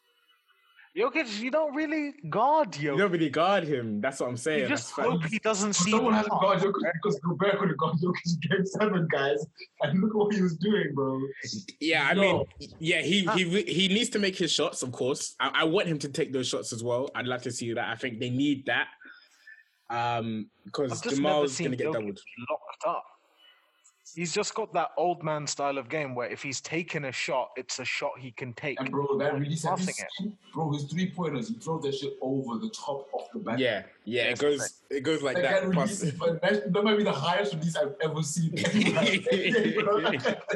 C: Jokic, you don't really guard
A: You
C: Jokic.
A: don't really guard him. That's what I'm saying.
C: you just
A: That's fact.
C: hope he doesn't see.
B: Someone
C: the
B: has to
C: shot.
B: guard Jokic because Gobert could have guarded Jokic in game seven, guys. And look what he was doing, bro.
A: Yeah, I
B: No.
A: mean, yeah, he
C: Ah.
A: he re- he needs to make his shots, of course. I, I want him to take those shots as well. I'd like to see that. I think they need that. Um, because
C: I've just never
A: Jamal's
C: seen
A: gonna get
C: Jokic
A: doubled.
C: locked up. He's just got that old man style of game where if he's taken a shot, it's a shot he can take.
B: And bro, that release, have you
C: Passing it.
B: seen- bro, his three pointers, he drove that shit over the top of the back.
A: Yeah, yeah, it
C: Yes,
A: goes it goes like
B: Like
A: that.
B: that release,
A: Plus-
B: but that, that might be the highest release I've ever seen.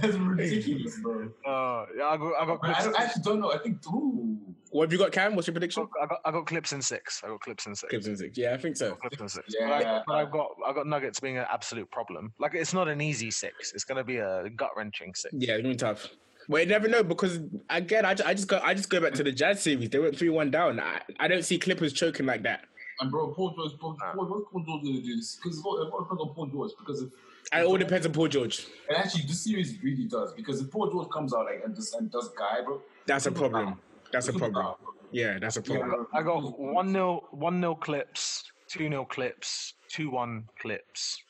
B: That's ridiculous, bro.
C: Uh, yeah, I got, I got
B: But I,
C: clips.
B: don't, I actually don't know. I think through.
A: what have you got, Cam? What's your
C: I
A: prediction?
C: got, I got, I got clips in six. I got clips in six.
A: Clippers and six. Yeah, I think so.
C: Clips in six. But, I,
B: Yeah.
C: but I've got, I got Nuggets being an absolute problem. Like it's not an easy six. It's gonna be a gut wrenching six.
A: Yeah, it's gonna be tough. Well, you never know because again, I, ju- I just go I just go back to the Jazz series. They went three one down. I, I don't see Clippers choking like that.
B: And bro, Paul George, Paul,
C: Ah.
B: Paul, what's Paul George going to do this? Because it's all, it all depends on Paul George. Because if,
A: And It all depends on Paul George.
B: and actually, this series really does. Because if Paul George comes out like and just and does guy, bro,
A: That's a
B: it's gonna be
A: problem.
B: down.
A: That's a
B: It's gonna be
A: problem.
B: down, bro.
A: Yeah, that's a
C: I
A: problem.
C: got, I got
A: Mm-hmm.
C: one nil, one nil clips, two nil clips, two one clips,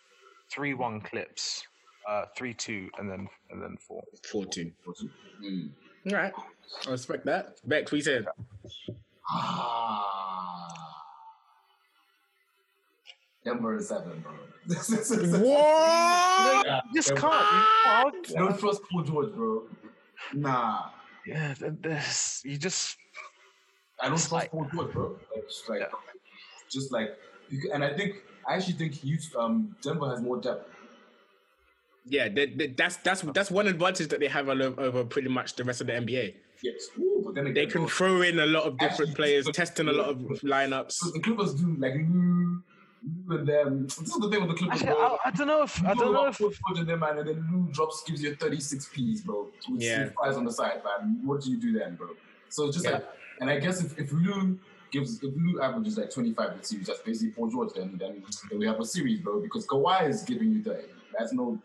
C: three one clips, uh, three two, and then and then four.
A: Four two.
B: Mm.
A: All right, I respect that. Beck, we said
B: Ah. Denver is seven, bro.
A: what?
B: Yeah,
C: You just
B: Denver.
C: can't. You, can't.
B: Don't trust Paul George, bro. Nah.
C: Yeah, th- this, you just
B: I don't
C: It's
B: trust
C: like-
B: Paul George, bro. Like, just like,
C: Yeah.
B: just like, you- and I think I actually think Houston, um, Denver has more depth.
A: Yeah, they, they- that's that's that's one advantage that they have over, over pretty much the rest of the NBA.
B: Yes, Ooh, but then again,
A: They can
B: bro,
A: throw in a lot of different
B: Actually,
A: players,
B: but-
A: testing a lot of lineups.
B: Because the Clippers do like mm, mm, and them. This is the thing with the Clippers,
C: actually,
B: bro.
C: I, I don't know if I
B: You
C: don't know
B: about
C: if
B: Paul George and them, man, and then Lou drops gives you 36 P's, bro. With
A: Yeah.
B: yeah. fries on the side, man. What do you do then, bro? So it's just
A: Yeah.
B: like, and I guess if, if Lou gives if Lou averages like 25 in series, that's basically Paul George. Then then, then we have a series, bro, because Kawhi is giving you 30. That's no,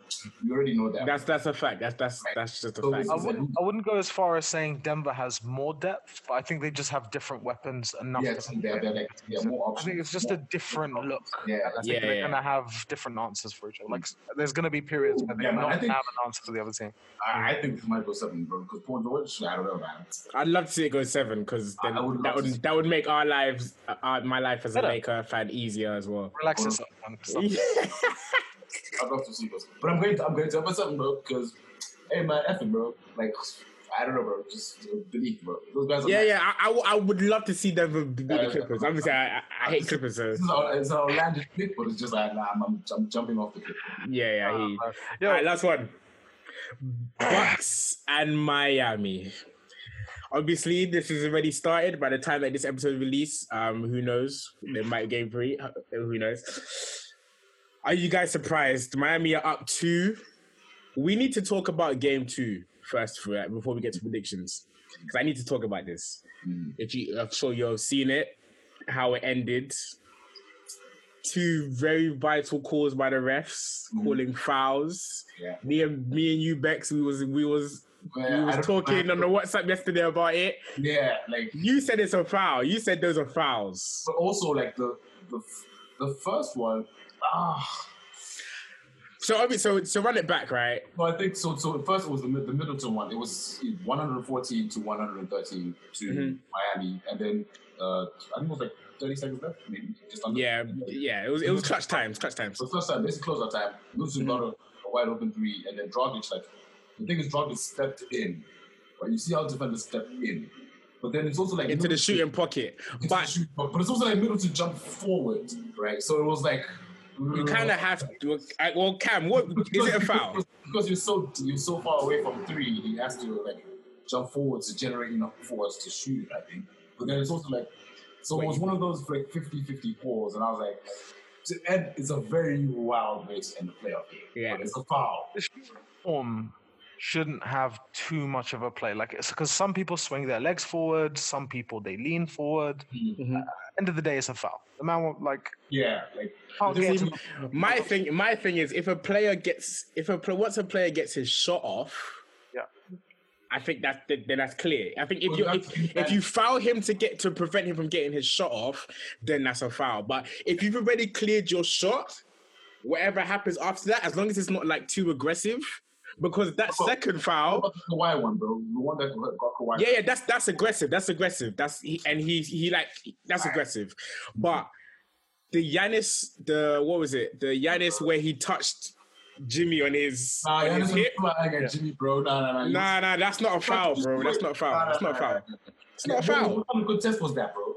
B: we already know that.
A: That's that's a fact. That's that's that's just a fact.
C: I wouldn't, I wouldn't go as far as saying Denver has more depth, but I think they just have different weapons enough.
B: yeah,
C: to
B: I think they're, they're like they're more
C: I
B: options.
C: think it's just a
B: more,
C: different look.
B: yeah.
C: And I think
A: Yeah,
C: they're
A: yeah.
C: going to have different answers for each other. Like, s- there's going to be periods where they
B: Yeah,
C: are
B: man,
C: not
B: I
C: going to
B: think-
C: have an answer for the other team.
B: I, I think this might go seven, bro, because Paul George, I don't know, man.
A: I'd love to see it go seven because
B: I would
A: that
B: love to see-
A: would that would make our lives, uh, uh, my life as a
C: Better.
A: Laker fan, easier as well.
C: Relax
B: Or-
C: yourself, man. Stop.
A: yeah,
B: I'd love to see those. But I'm going to I'm going to for something, bro, because hey man, effing bro. Like I don't know, bro. Just uh, believe, bro. Those guys are mad.
A: yeah. I, I w- I would love to see Denver beat
B: Yeah,
A: the
B: yeah.
A: Clippers. Obviously, I, I, I hate Clippers, so
B: This is all, it's an outlandish pick, but it's just like nah, I'm, I'm, I'm jumping off the cliff.
A: yeah, yeah. I hear you.
C: Yo,
A: All right, last one. Bucks and Miami. Obviously, this has already started. By the time that this episode release, um, who knows? They might game three. uh, Who knows? Are you guys surprised? Miami are up two. We need to talk about game two first for that before we get to predictions. Because I need to talk about this. If you, I'm sure you've seen it, how it ended. Two very vital calls by the refs, calling fouls
B: Mm. Yeah.
A: me and me and you Bex, we was we was
B: But
A: we
B: I
A: was
B: don't-
A: talking on the WhatsApp yesterday about it.
B: Yeah, like
A: You said it's a foul. You said those are fouls.
B: but also like the the f- the first one, ah
A: So I mean, so so run it back, right?
B: No, I think so. So at first it was the, Mid- the Middleton one. It was 114 to 113 to
A: Mhm.
B: Miami, and then uh, I think it was like 30 seconds left, maybe just under.
A: Yeah, yeah. It was it was clutch times, clutch times.
B: So first time, basically close our time. Middleton got
A: Mm-hmm.
B: a, a wide open three, and then Drogic like the thing is Drogic stepped in. Right? You see how defenders step in, but then it's also like
A: Into the
B: Middleton-
A: shooting pocket,
B: into the
A: but
B: shoot- but, but it's also like Middleton jumped forward, right? So it was like
A: you kind of have to. I- Well, Cam, what is it a foul?
B: Because, because you're so you're so far away from three, he has to like jump forward to generate enough force to shoot. I think, but then it's also like so it was one of those like 50-50 calls, and I was like, to end, it's a very wild race in the playoff game.
A: Yeah.
B: but it's a foul.
C: form shouldn't have too much of a play. Like it's because some people swing their legs forward, some people they lean forward. Uh,
A: Mhm.
C: End of the day, it's a foul. The man will, like
B: Yeah, like
C: can't get
A: See,
C: to-
A: my thing, my thing is, if a player gets, if a pl- once a player gets his shot off,
C: Yeah.
A: I think that's then that's clear. I think if
B: Well,
A: you
B: you have to
A: if,
B: defend.
A: if you foul him to get to prevent him from getting his shot off, then that's a foul. But if you've already cleared your shot, whatever happens after that, as long as it's not like too aggressive, because that
B: Well,
A: second
B: how
A: foul,
B: about the Kawhi one, bro? The one that got got Kawhi.
A: yeah, yeah, that's that's aggressive. That's aggressive. That's he, and he he like that's aggressive. But the Yanis, the what was it? The Yanis where he touched Jimmy on his
B: Nah,
A: on
B: yeah,
A: his
B: this is
A: hip.
B: flag at Jimmy, bro. Nah, nah, nah.
A: Nah, nah, that's not a foul, bro. That's not a foul. That's not a foul. It's not a foul.
B: What kind of contest was that, bro?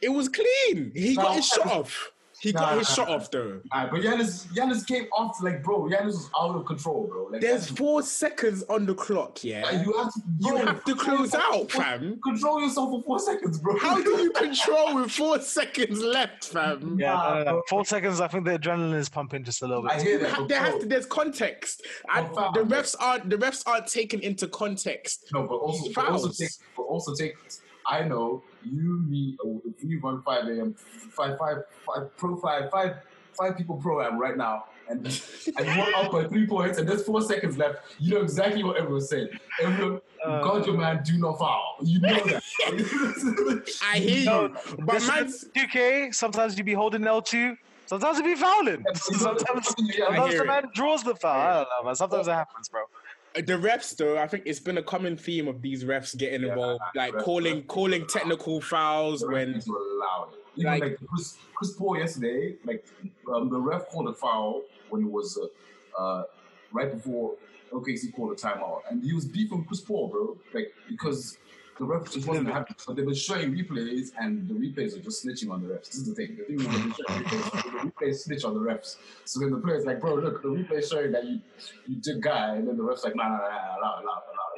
A: It was clean. He
B: No,
A: got his
B: I
A: shot
B: was-
A: off. He
B: No,
A: got
B: no,
A: his
B: no,
A: shot
B: no.
A: off though.
B: Alright, but Giannis, Giannis came off like, bro, Giannis was out of control, bro. Like,
A: There's
B: that's-
A: four seconds on the clock, yeah.
B: like, you have to,
A: You
B: yo,
A: have to
B: control
A: close
B: yourself
A: out,
B: for-
A: fam.
B: Control yourself for four seconds, bro.
A: How do you control with four seconds left, fam?
C: Yeah, no,
B: Nah,
C: no, no.
B: bro.
C: four seconds. I think the adrenaline is pumping just a little
B: I
C: bit.
B: hear that.
A: Ha-
B: but
A: There has
B: bro,
A: to, there's context. I,
B: One foul.
A: the refs aren't the refs aren't taken into context.
B: No, but also, but also
A: fouls.
B: take, but also take. I know you, me, uh, if we run five a.m. five, five, five, pro five, five, five people program right now, and and we're up by three points, and there's four seconds left. You know exactly what everyone said. Everyone,
C: Uh.
B: God, your man, do not foul. You know that.
A: I hear
C: No,
A: you, but
C: Listen,
A: man's
C: 2K, sometimes you be holding L2, sometimes you be fouling. Sometimes, sometimes
A: hear
C: the
A: it.
C: man draws the foul. I don't know, man. Sometimes it happens, bro.
A: the refs though. I think it's been a common theme of these refs getting involved, like
B: refs-
A: calling
B: refs-
A: calling technical fouls when
B: Referees were loud. You know,
A: Like-
B: like, Chris, Chris Paul yesterday, like um, the ref called a foul when it was uh, uh, right before OKC called a timeout, and he was beefing Chris Paul, bro, like because the ref just wasn't happy. But they were showing replays, and the replays are just snitching on the refs. This is the thing. The thing is, that they showing replays, the replays snitch on the refs. So then the player's like, bro, look, the replay's showing that you you did guy, and then the refs like, nah, nah, nah, nah, nah, nah,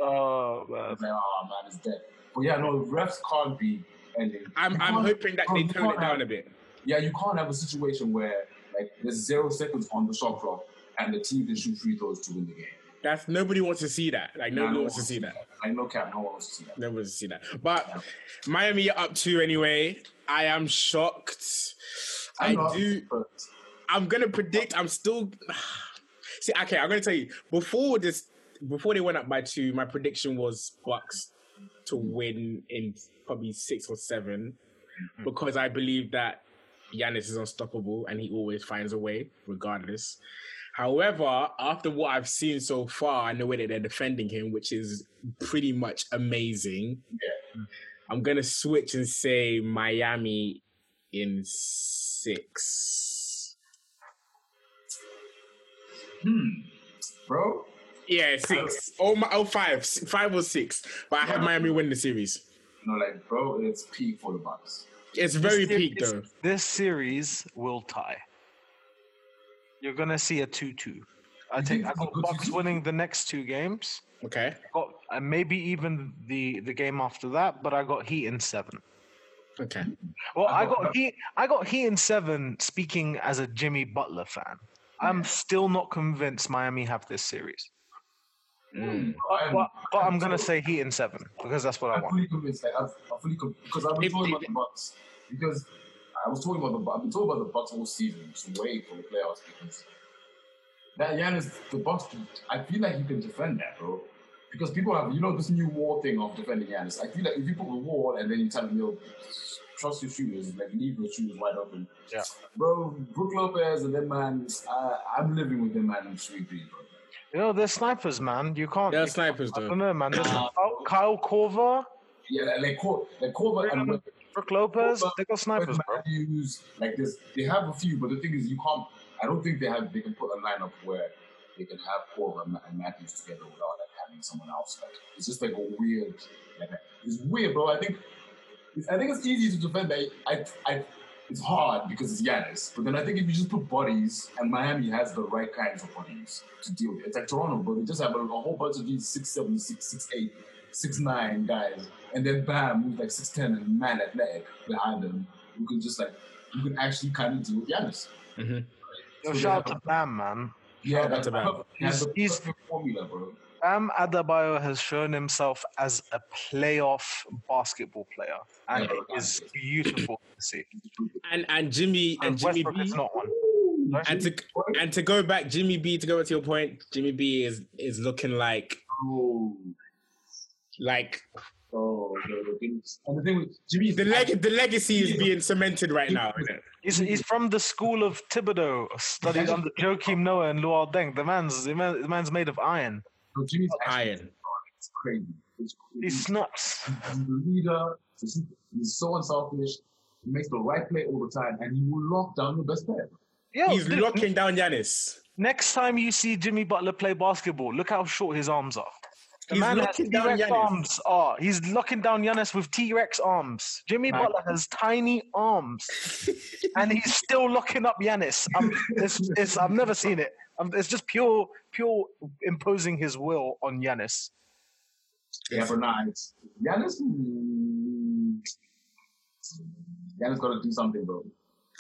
B: nah, nah.
C: Oh,
B: I
C: man.
B: was like, oh man, it's dead. But yeah, no, refs can't be ending.
A: I'm
B: You
A: I'm
B: can't-
A: hoping that
B: bro,
A: they
B: you
A: tone it
B: can't have-
A: down a bit.
B: Yeah, you can't have a situation where like there's zero seconds on the shot clock and the team can shoot free throws to win the game.
A: That's nobody wants to see that. Like nobody
B: no
A: wants to
B: one
A: see that.
B: I know Cap, no one wants to see that.
A: Nobody wants to see that. But Miami are up two anyway. I am shocked. I
B: I'm not,
A: do.
B: but
A: I'm gonna predict. I'm still. See, okay, I'm gonna tell you. Before this, before they went up by two, my prediction was Bucks to win in probably six or seven, because I believe that Giannis is unstoppable and he always finds a way, regardless. However, after what I've seen so far and the way that they're defending him, which is pretty much amazing, I'm gonna switch and say Miami in six.
B: bro,
A: Yeah, six. Oh my, oh five, S- five or six. But I have Miami win the series.
B: you know, like bro, it's peak for the Bucks.
A: It's very
C: This
A: peak
C: series-
A: though.
C: This series will tie. You're gonna see a two-two. I take. I got Bucks winning the next two games.
A: Okay,
C: Got uh, maybe even the the game after that, but I got Heat in seven.
A: okay.
C: Well, I
B: I
C: got,
B: got-
C: Heat. I got Heat in seven. Speaking as a Jimmy Butler fan, I'm still not convinced Miami have this series.
B: I'm-
C: Hmm. But, but I'm gonna say Heat in seven because that's what I
B: I'm
C: want.
B: fully convinced. Like, I've, I'm fully con- because I've been
A: If-
B: talking
A: if-
B: about the Bucks because I was talking about the Bu- I've been talking about the Bucks all season, just waiting for the playoffs because that Giannis, the Bucks. I feel like you can defend that, bro. Because people have, you know, this new war thing of defending Giannis. I feel like if you put the wall and then you tell them, yo, trust your shooters, like leave your shooters wide open.
C: Yeah.
B: Bro, Brook Lopez and them man, I, I'm living with them man in 3 bro.
C: You know, they're snipers, man. You can't.
A: They're
C: you can't-
A: snipers
C: I don't
A: though.
C: know, man. There's Kyle, Kyle Korver,
B: Yeah, like, like, Cor- like Corver and
C: Brooke Lopez. They got snipers, bro.
B: Matthews, like this, they have a few, but the thing is, you can't. I don't think they have. They can put a lineup where they can have Cora and Ma- and Matthews together without like having someone else. Like it's just like a weird. Like, it's weird, bro. I think. it's- I think it's easy to defend. I, I, I, it's hard because it's Giannis. But then I think if you just put bodies, and Miami has the right kinds of bodies to deal with. It's like Toronto, bro. They just have a, a whole bunch of these six seven, six six eight, six nine guys, and then bam, who's like six ten and man athletic behind them. You can just like you can actually kind of deal with Giannis.
A: Mhm.
C: Yo,
B: So they
C: shout out
B: have-
C: to Bam, man.
B: yeah,
A: out
B: that's
A: to Bam.
B: about
C: He's-
B: the
C: he's-
B: perfect formula, bro.
C: Bam Adebayo has shown himself as a playoff basketball player, and
B: Yeah.
C: it is beautiful to see.
A: And and Jimmy and Jimmy
C: Oh, Westbrook
A: B.
C: is not one.
A: And to and to go back, Jimmy B. To go back to your point, Jimmy B. is is looking like
B: Oh,
A: like
B: oh, the- the thing- and the thing with Jimmy,
A: the leg the legacy is being cemented right now. Isn't it?
C: He's, he's from the school of Thibodeau, studied under Joachim Noah and Luol Deng. The man's the, man, the man's made of iron.
B: so Jimmy's actually-
A: Iron.
B: It's crazy. It's crazy.
C: He's nuts.
B: He's the leader. He's, he's so unselfish. He makes the right play all the time, and he will lock down the best player.
C: Yo,
A: He's
C: dude,
A: locking down Giannis.
C: Next time you see Jimmy Butler play basketball, look how short his arms are. The
A: He's
C: man has
A: locking down
C: T-Rex
A: Giannis.
C: arms. Oh, he's locking down Giannis with T-Rex arms. Jimmy
B: Man.
C: Butler has tiny arms, and he's still locking up Giannis. I'm, it's, it's, I've never seen it. i it's just pure, pure imposing his will on Giannis.
B: Yeah, but nah, it's Giannis. mm, Giannis got to do something, bro.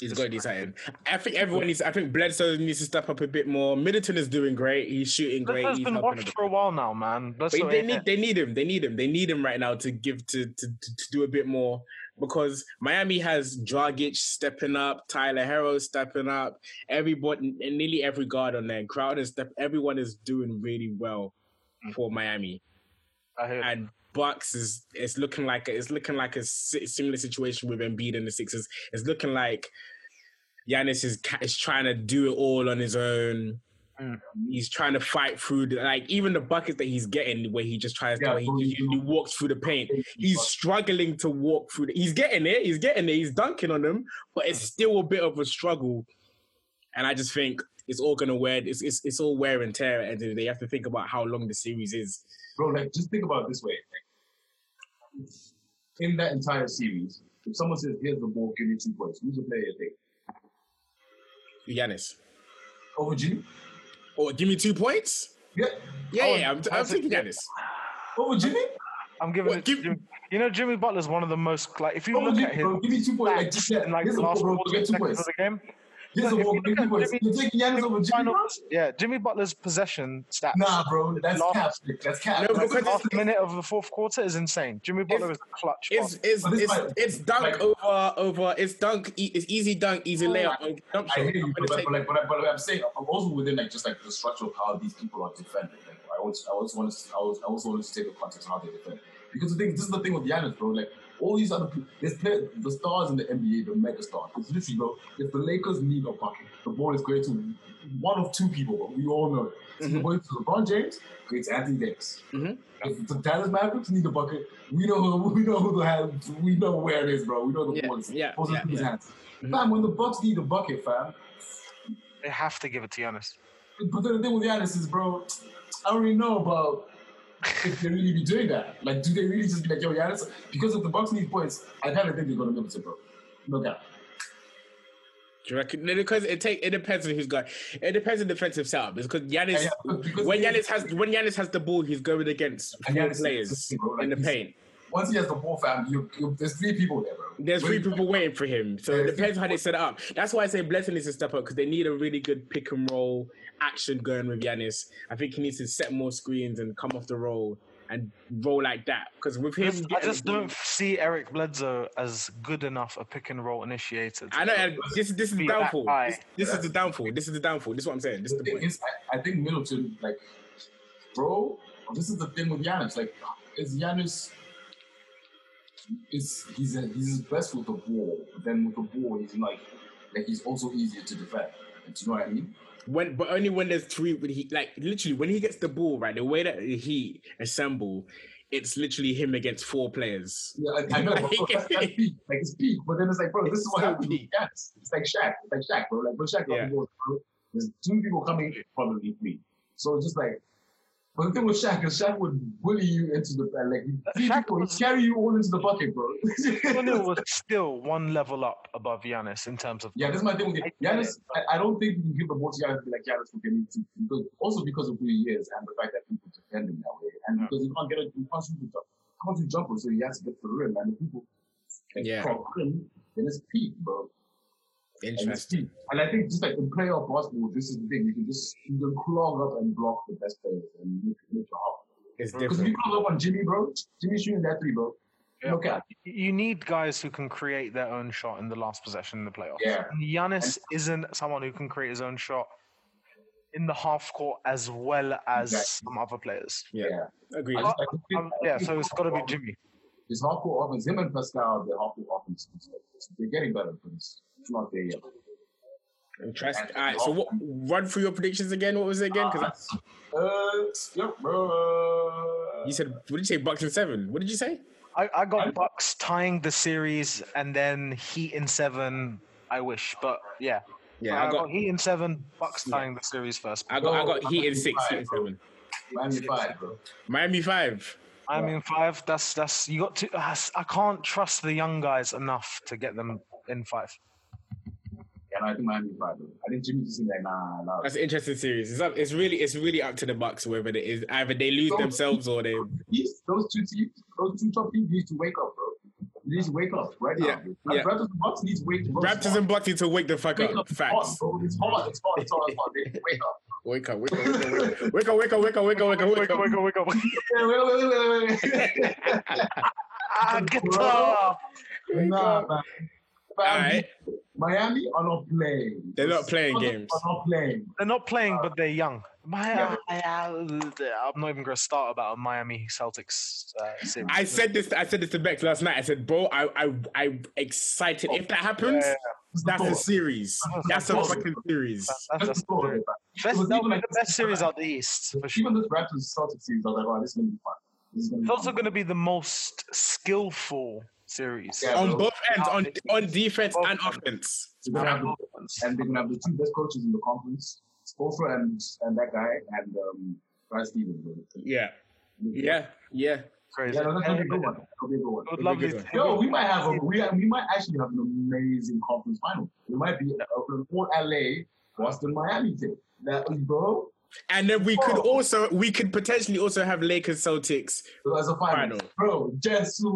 A: He's got to do something. I think everyone needs. I think Bledsoe needs to step up a bit more. Middleton is doing great. He's shooting great.
C: Bledsoe's
A: He's
C: been
A: helping a
C: watched
A: bit.
C: for a while now, man. Bledsoe
A: But they
C: ain't
A: need
C: it.
A: they need him. They need him. They need him right now to give to to, to, to do a bit more because Miami has Dragic stepping up, Tyler Hero stepping up, everybody and nearly every guard on there. Crowder step everyone is doing really well for Miami.
C: I hear
A: And Bucks is it's looking like it's looking like a si- similar situation with Embiid and the Sixers. It's looking like Giannis is ca- is trying to do it all on his own.
C: Mm.
A: He's trying to fight through the, like even the buckets that he's getting where he just tries
B: Yeah,
A: to where he,
B: bro,
A: just
B: you-
A: usually walks through the paint. He's struggling to walk through. The, he's getting it. He's getting it. He's dunking on them, but
B: Mm.
A: it's still a bit of a struggle. And I just think it's all gonna wear. It's it's, it's all wear and tear. At the end of the day, you have to think about how long the series is.
B: bro. Like, just think about it this way: like, in that entire series, if someone says, "Here's the ball, give me two points," who's the player you take
A: Giannis.
B: over Oh, Jimmy?
A: Or give me two points.
B: Yeah,
A: Yeah,
C: Oh,
A: yeah, I'm, I'm
C: that's a-
A: taking Giannis.
B: over Jimmy.
C: I'm giving
A: Well,
C: it.
A: give-
C: to Jimmy. You know, Jimmy Butler's one of the most like. If you
B: Over
C: look
B: Oh,
C: at
B: Jimmy,
C: him,
B: bro. Give me two points. Like, just, yeah,
C: in like
B: here's
C: the
B: the
C: last
B: ball, bro.
C: four
B: Get two
C: seconds
B: points.
C: of the game.
B: Yes,
C: Look,
B: over
C: if you look at
B: people.
C: Jimmy-
B: You take Giannis over Jimmy, bro?
C: Finals, yeah, Jimmy Butler's possession stats.
B: Nah, bro. That's
C: Last-
B: cap. That's cap.
A: No,
B: That's
A: because
B: cap.
C: Last minute of the fourth quarter is insane. Jimmy Butler is a clutch.
A: It's it's
B: But this
A: it's,
B: might-
A: it's dunk
B: like- Oh,
A: over over. It's dunk. e- It's easy dunk, easy layup. over jump
B: I
A: shot.
B: hear you,
A: I'm
B: but,
A: gonna
B: but,
A: take-
B: but, like, but, I- but like I'm saying, I'm also within like just like the structure of how these people are defending. Like, I also, I also want to, I also, I also want to take the context of how they defend. Because the thing, this is the thing with Giannis, bro. Like all these other people, there's play, the stars in the NBA, the mega stars. It's literally, bro. If the Lakers need a bucket, the ball is going to one of two people, but we all know it. It's
A: Mm-hmm.
B: either going to LeBron James, or it's Anthony Davis.
A: Mhm.
B: If the Dallas Mavericks need a bucket, we know who, we know who the hand- we know where it is, bro. We know the
A: Yeah,
B: ball is.
A: yeah,
B: Those are
A: yeah,
B: whose
A: yeah. Mm-hmm.
B: hands. Fam, when the Bucks need a bucket, fam,
C: They have to give it to Giannis.
B: but then the thing with Giannis is, bro, I don't really know about if they really be doing that. Like, do they really just be like, yo, Giannis? Because if the Bucks need points, I kind of think they're going to give it to bro. Look out.
A: Do you reckon? no, Because it take it depends on who's got. It depends on defensive setup. It's because Giannis,
B: Yeah, yeah, because
A: when
B: he-
A: Giannis has when Giannis has the ball, he's going against
B: And
A: four
B: Giannis is
A: players
B: consistent, bro, like
A: in the
B: he's-
A: paint.
B: Once he has the ball, fam, you, you, there's three people there, bro.
A: There's three
B: When-
A: people waiting for him, so
B: Yeah,
A: it
B: it's-
A: depends how they set it up. That's why I say Blessing needs to step up because they need a really good pick and roll action going with Giannis. I think he needs to set more screens and come off the roll and roll like that. Because with him,
C: I
A: getting
C: just
A: the ball-
C: don't see Eric Bledsoe as good enough a pick and roll initiator.
A: I know and this is this is the
C: Be that
A: downfall.
C: guy.
A: This, this is the downfall. This is the downfall. This is what I'm saying. This is
B: The
A: the
B: thing
A: point.
B: is, I, I think Middleton, like, bro, this is the thing with Giannis. Like, is Giannis is he's he's best with the ball, but then with the ball he's like like he's also easier to defend. Do you know what I mean?
A: When but only when there's three when he like literally when he gets the ball, right? The way that he assemble, it's literally him against four players.
B: Yeah, I, I know, but bro, that's, that's peak. Like it's peak, but then it's like, bro, this is what
A: So
B: happens. With
A: peak.
B: Giannis. It's like Shaq. It's like Shaq, bro. Like when Shaq got
A: Yeah.
B: the ball, bro, there's two people coming, in, probably three. So it's just like. But the thing with Shaq is Shaq would bully you into the like three
C: Shaq
B: people, he'd
C: was-
B: carry you all into the bucket, bro.
C: Giannis was still one level up above Giannis in terms of
B: Yeah, this is my thing with
C: I-
B: Giannis. I, I don't think you can give the ball to Giannis and be like Giannis will get me to because also because of who he is and the fact that people defend him that way. And
C: Yeah.
B: because you can't get a you can't shoot the jump. How much you jump so he has to get to the rim and if people can
A: Yeah.
B: crop him, then it's peak, bro. And it's
A: Interesting.
B: peak. And I think just like in playoff basketball, this is the thing. You can just you can clog up and block the best players and make make the hard.
A: It's
B: Because if you
A: different.
B: clog up on Jimmy, bro, Jimmy's shooting that three, bro.
C: Yeah.
B: Look at
C: you need guys who can create their own shot in the last possession in the playoffs.
B: Yeah.
C: And Giannis isn't someone who can create his own shot in the half court as well as
B: Exactly.
C: some other players.
A: Yeah. Agreed.
B: I just- I think-
C: Um,
B: I
C: yeah,
B: think
C: so it's got to be
B: Bogdan-
C: Jimmy.
B: His hardcore offense, him and Pascal, their hardcore offense, is- they're getting better, but it's it's not there yet.
A: Interesting. All right. So what? Run through your predictions again. What was it again? Because
B: Uh, yep, bro.
A: you said what did you say? Bucks and seven. What did you say?
C: I, I got Bucks tying the series and then Heat in seven. I wish, but yeah,
A: Yeah, I got
C: Heat in seven. Bucks
A: Yeah.
C: tying the series first.
A: I got I got
B: Bro,
A: Heat in
B: Miami
A: six, Heat
B: five,
A: in
B: bro.
A: seven.
B: Miami five, bro.
A: Miami five.
C: I mean five. That's that's you got to. ah, I can't trust the young guys enough to get them in five.
B: Yeah, no, I think Miami five, bro. I think Jimmy just seemed like, nah, nah.
A: That's an interesting series. It's up, it's really it's really up to the Bucks whether it is either they lose
B: So-
A: themselves or they
B: These, those two teams, those two top teams need to wake up, bro. They need to wake up right
A: Yeah,
B: now. Bro.
A: yeah.
B: Raptors and Bucks need to wake up.
A: Raptors and Bucks need to wake the fuck
B: wake
A: up.
B: up. It's hard,
A: Facts.
B: bro. It's hard. It's hard. It's hard. It's hard. They need to wake up.
A: Wake up, wake up, wake up, wake up, wake up, wake up, wake up, wake up, wake up.
C: wake up!
B: Wait, wait, wait, wait, wait, wait.
C: ah, get up!
B: Nah, man.
A: Alright.
B: Miami are not playing.
A: They're not playing
B: Are
A: games.
B: not playing.
C: They're not playing, but they're young.
B: Yeah.
C: My, I'm not even going to start about a Miami Celtics uh, series.
A: I said this I said this to Bex last night. I said, bro, I I I'm excited. If that happens,
C: Yeah.
A: that's a series. That's a fucking series.
C: That's- that's-
B: Just throw it back.
C: Best,
B: Because
C: that
B: even
C: would be
B: like-
C: the best series out the East for sure.
B: Even this Raptors Celtics series, I was like, oh, this is gonna be fun. This is gonna be
C: It's also
B: fun.
C: going to be the most skillful series.
B: Yeah,
A: On
B: bro.
A: both ends, on on defense and offense.
B: They're gonna have the-
C: And
B: and they're gonna have the two best coaches in the conference, Spoelstra and and that guy and um, Brad Stevens. bro.
A: Yeah. Yeah. Yeah.
C: crazy.
B: Yeah, no, that's gonna be a good
C: It
B: one. That'll be a good one.
C: would
A: Good
C: lovely.
A: one.
B: Yo, we might have a, we, have- we might actually have an amazing conference final. It might be uh, an all LA, Boston, Miami thing. That bro,
A: And then we could
B: Oh.
A: also we could potentially also have Lakers Celtics
B: as a final,
A: Final.
B: bro, Jesu.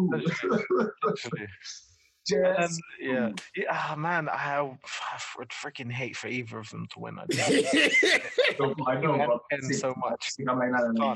C: Actually, And, yeah. yeah. Oh, man, I, I would freaking hate for either of them to win. I just
B: So, I know,
C: and,
B: but
C: and so much.
B: I'm like, nah, nah, nah.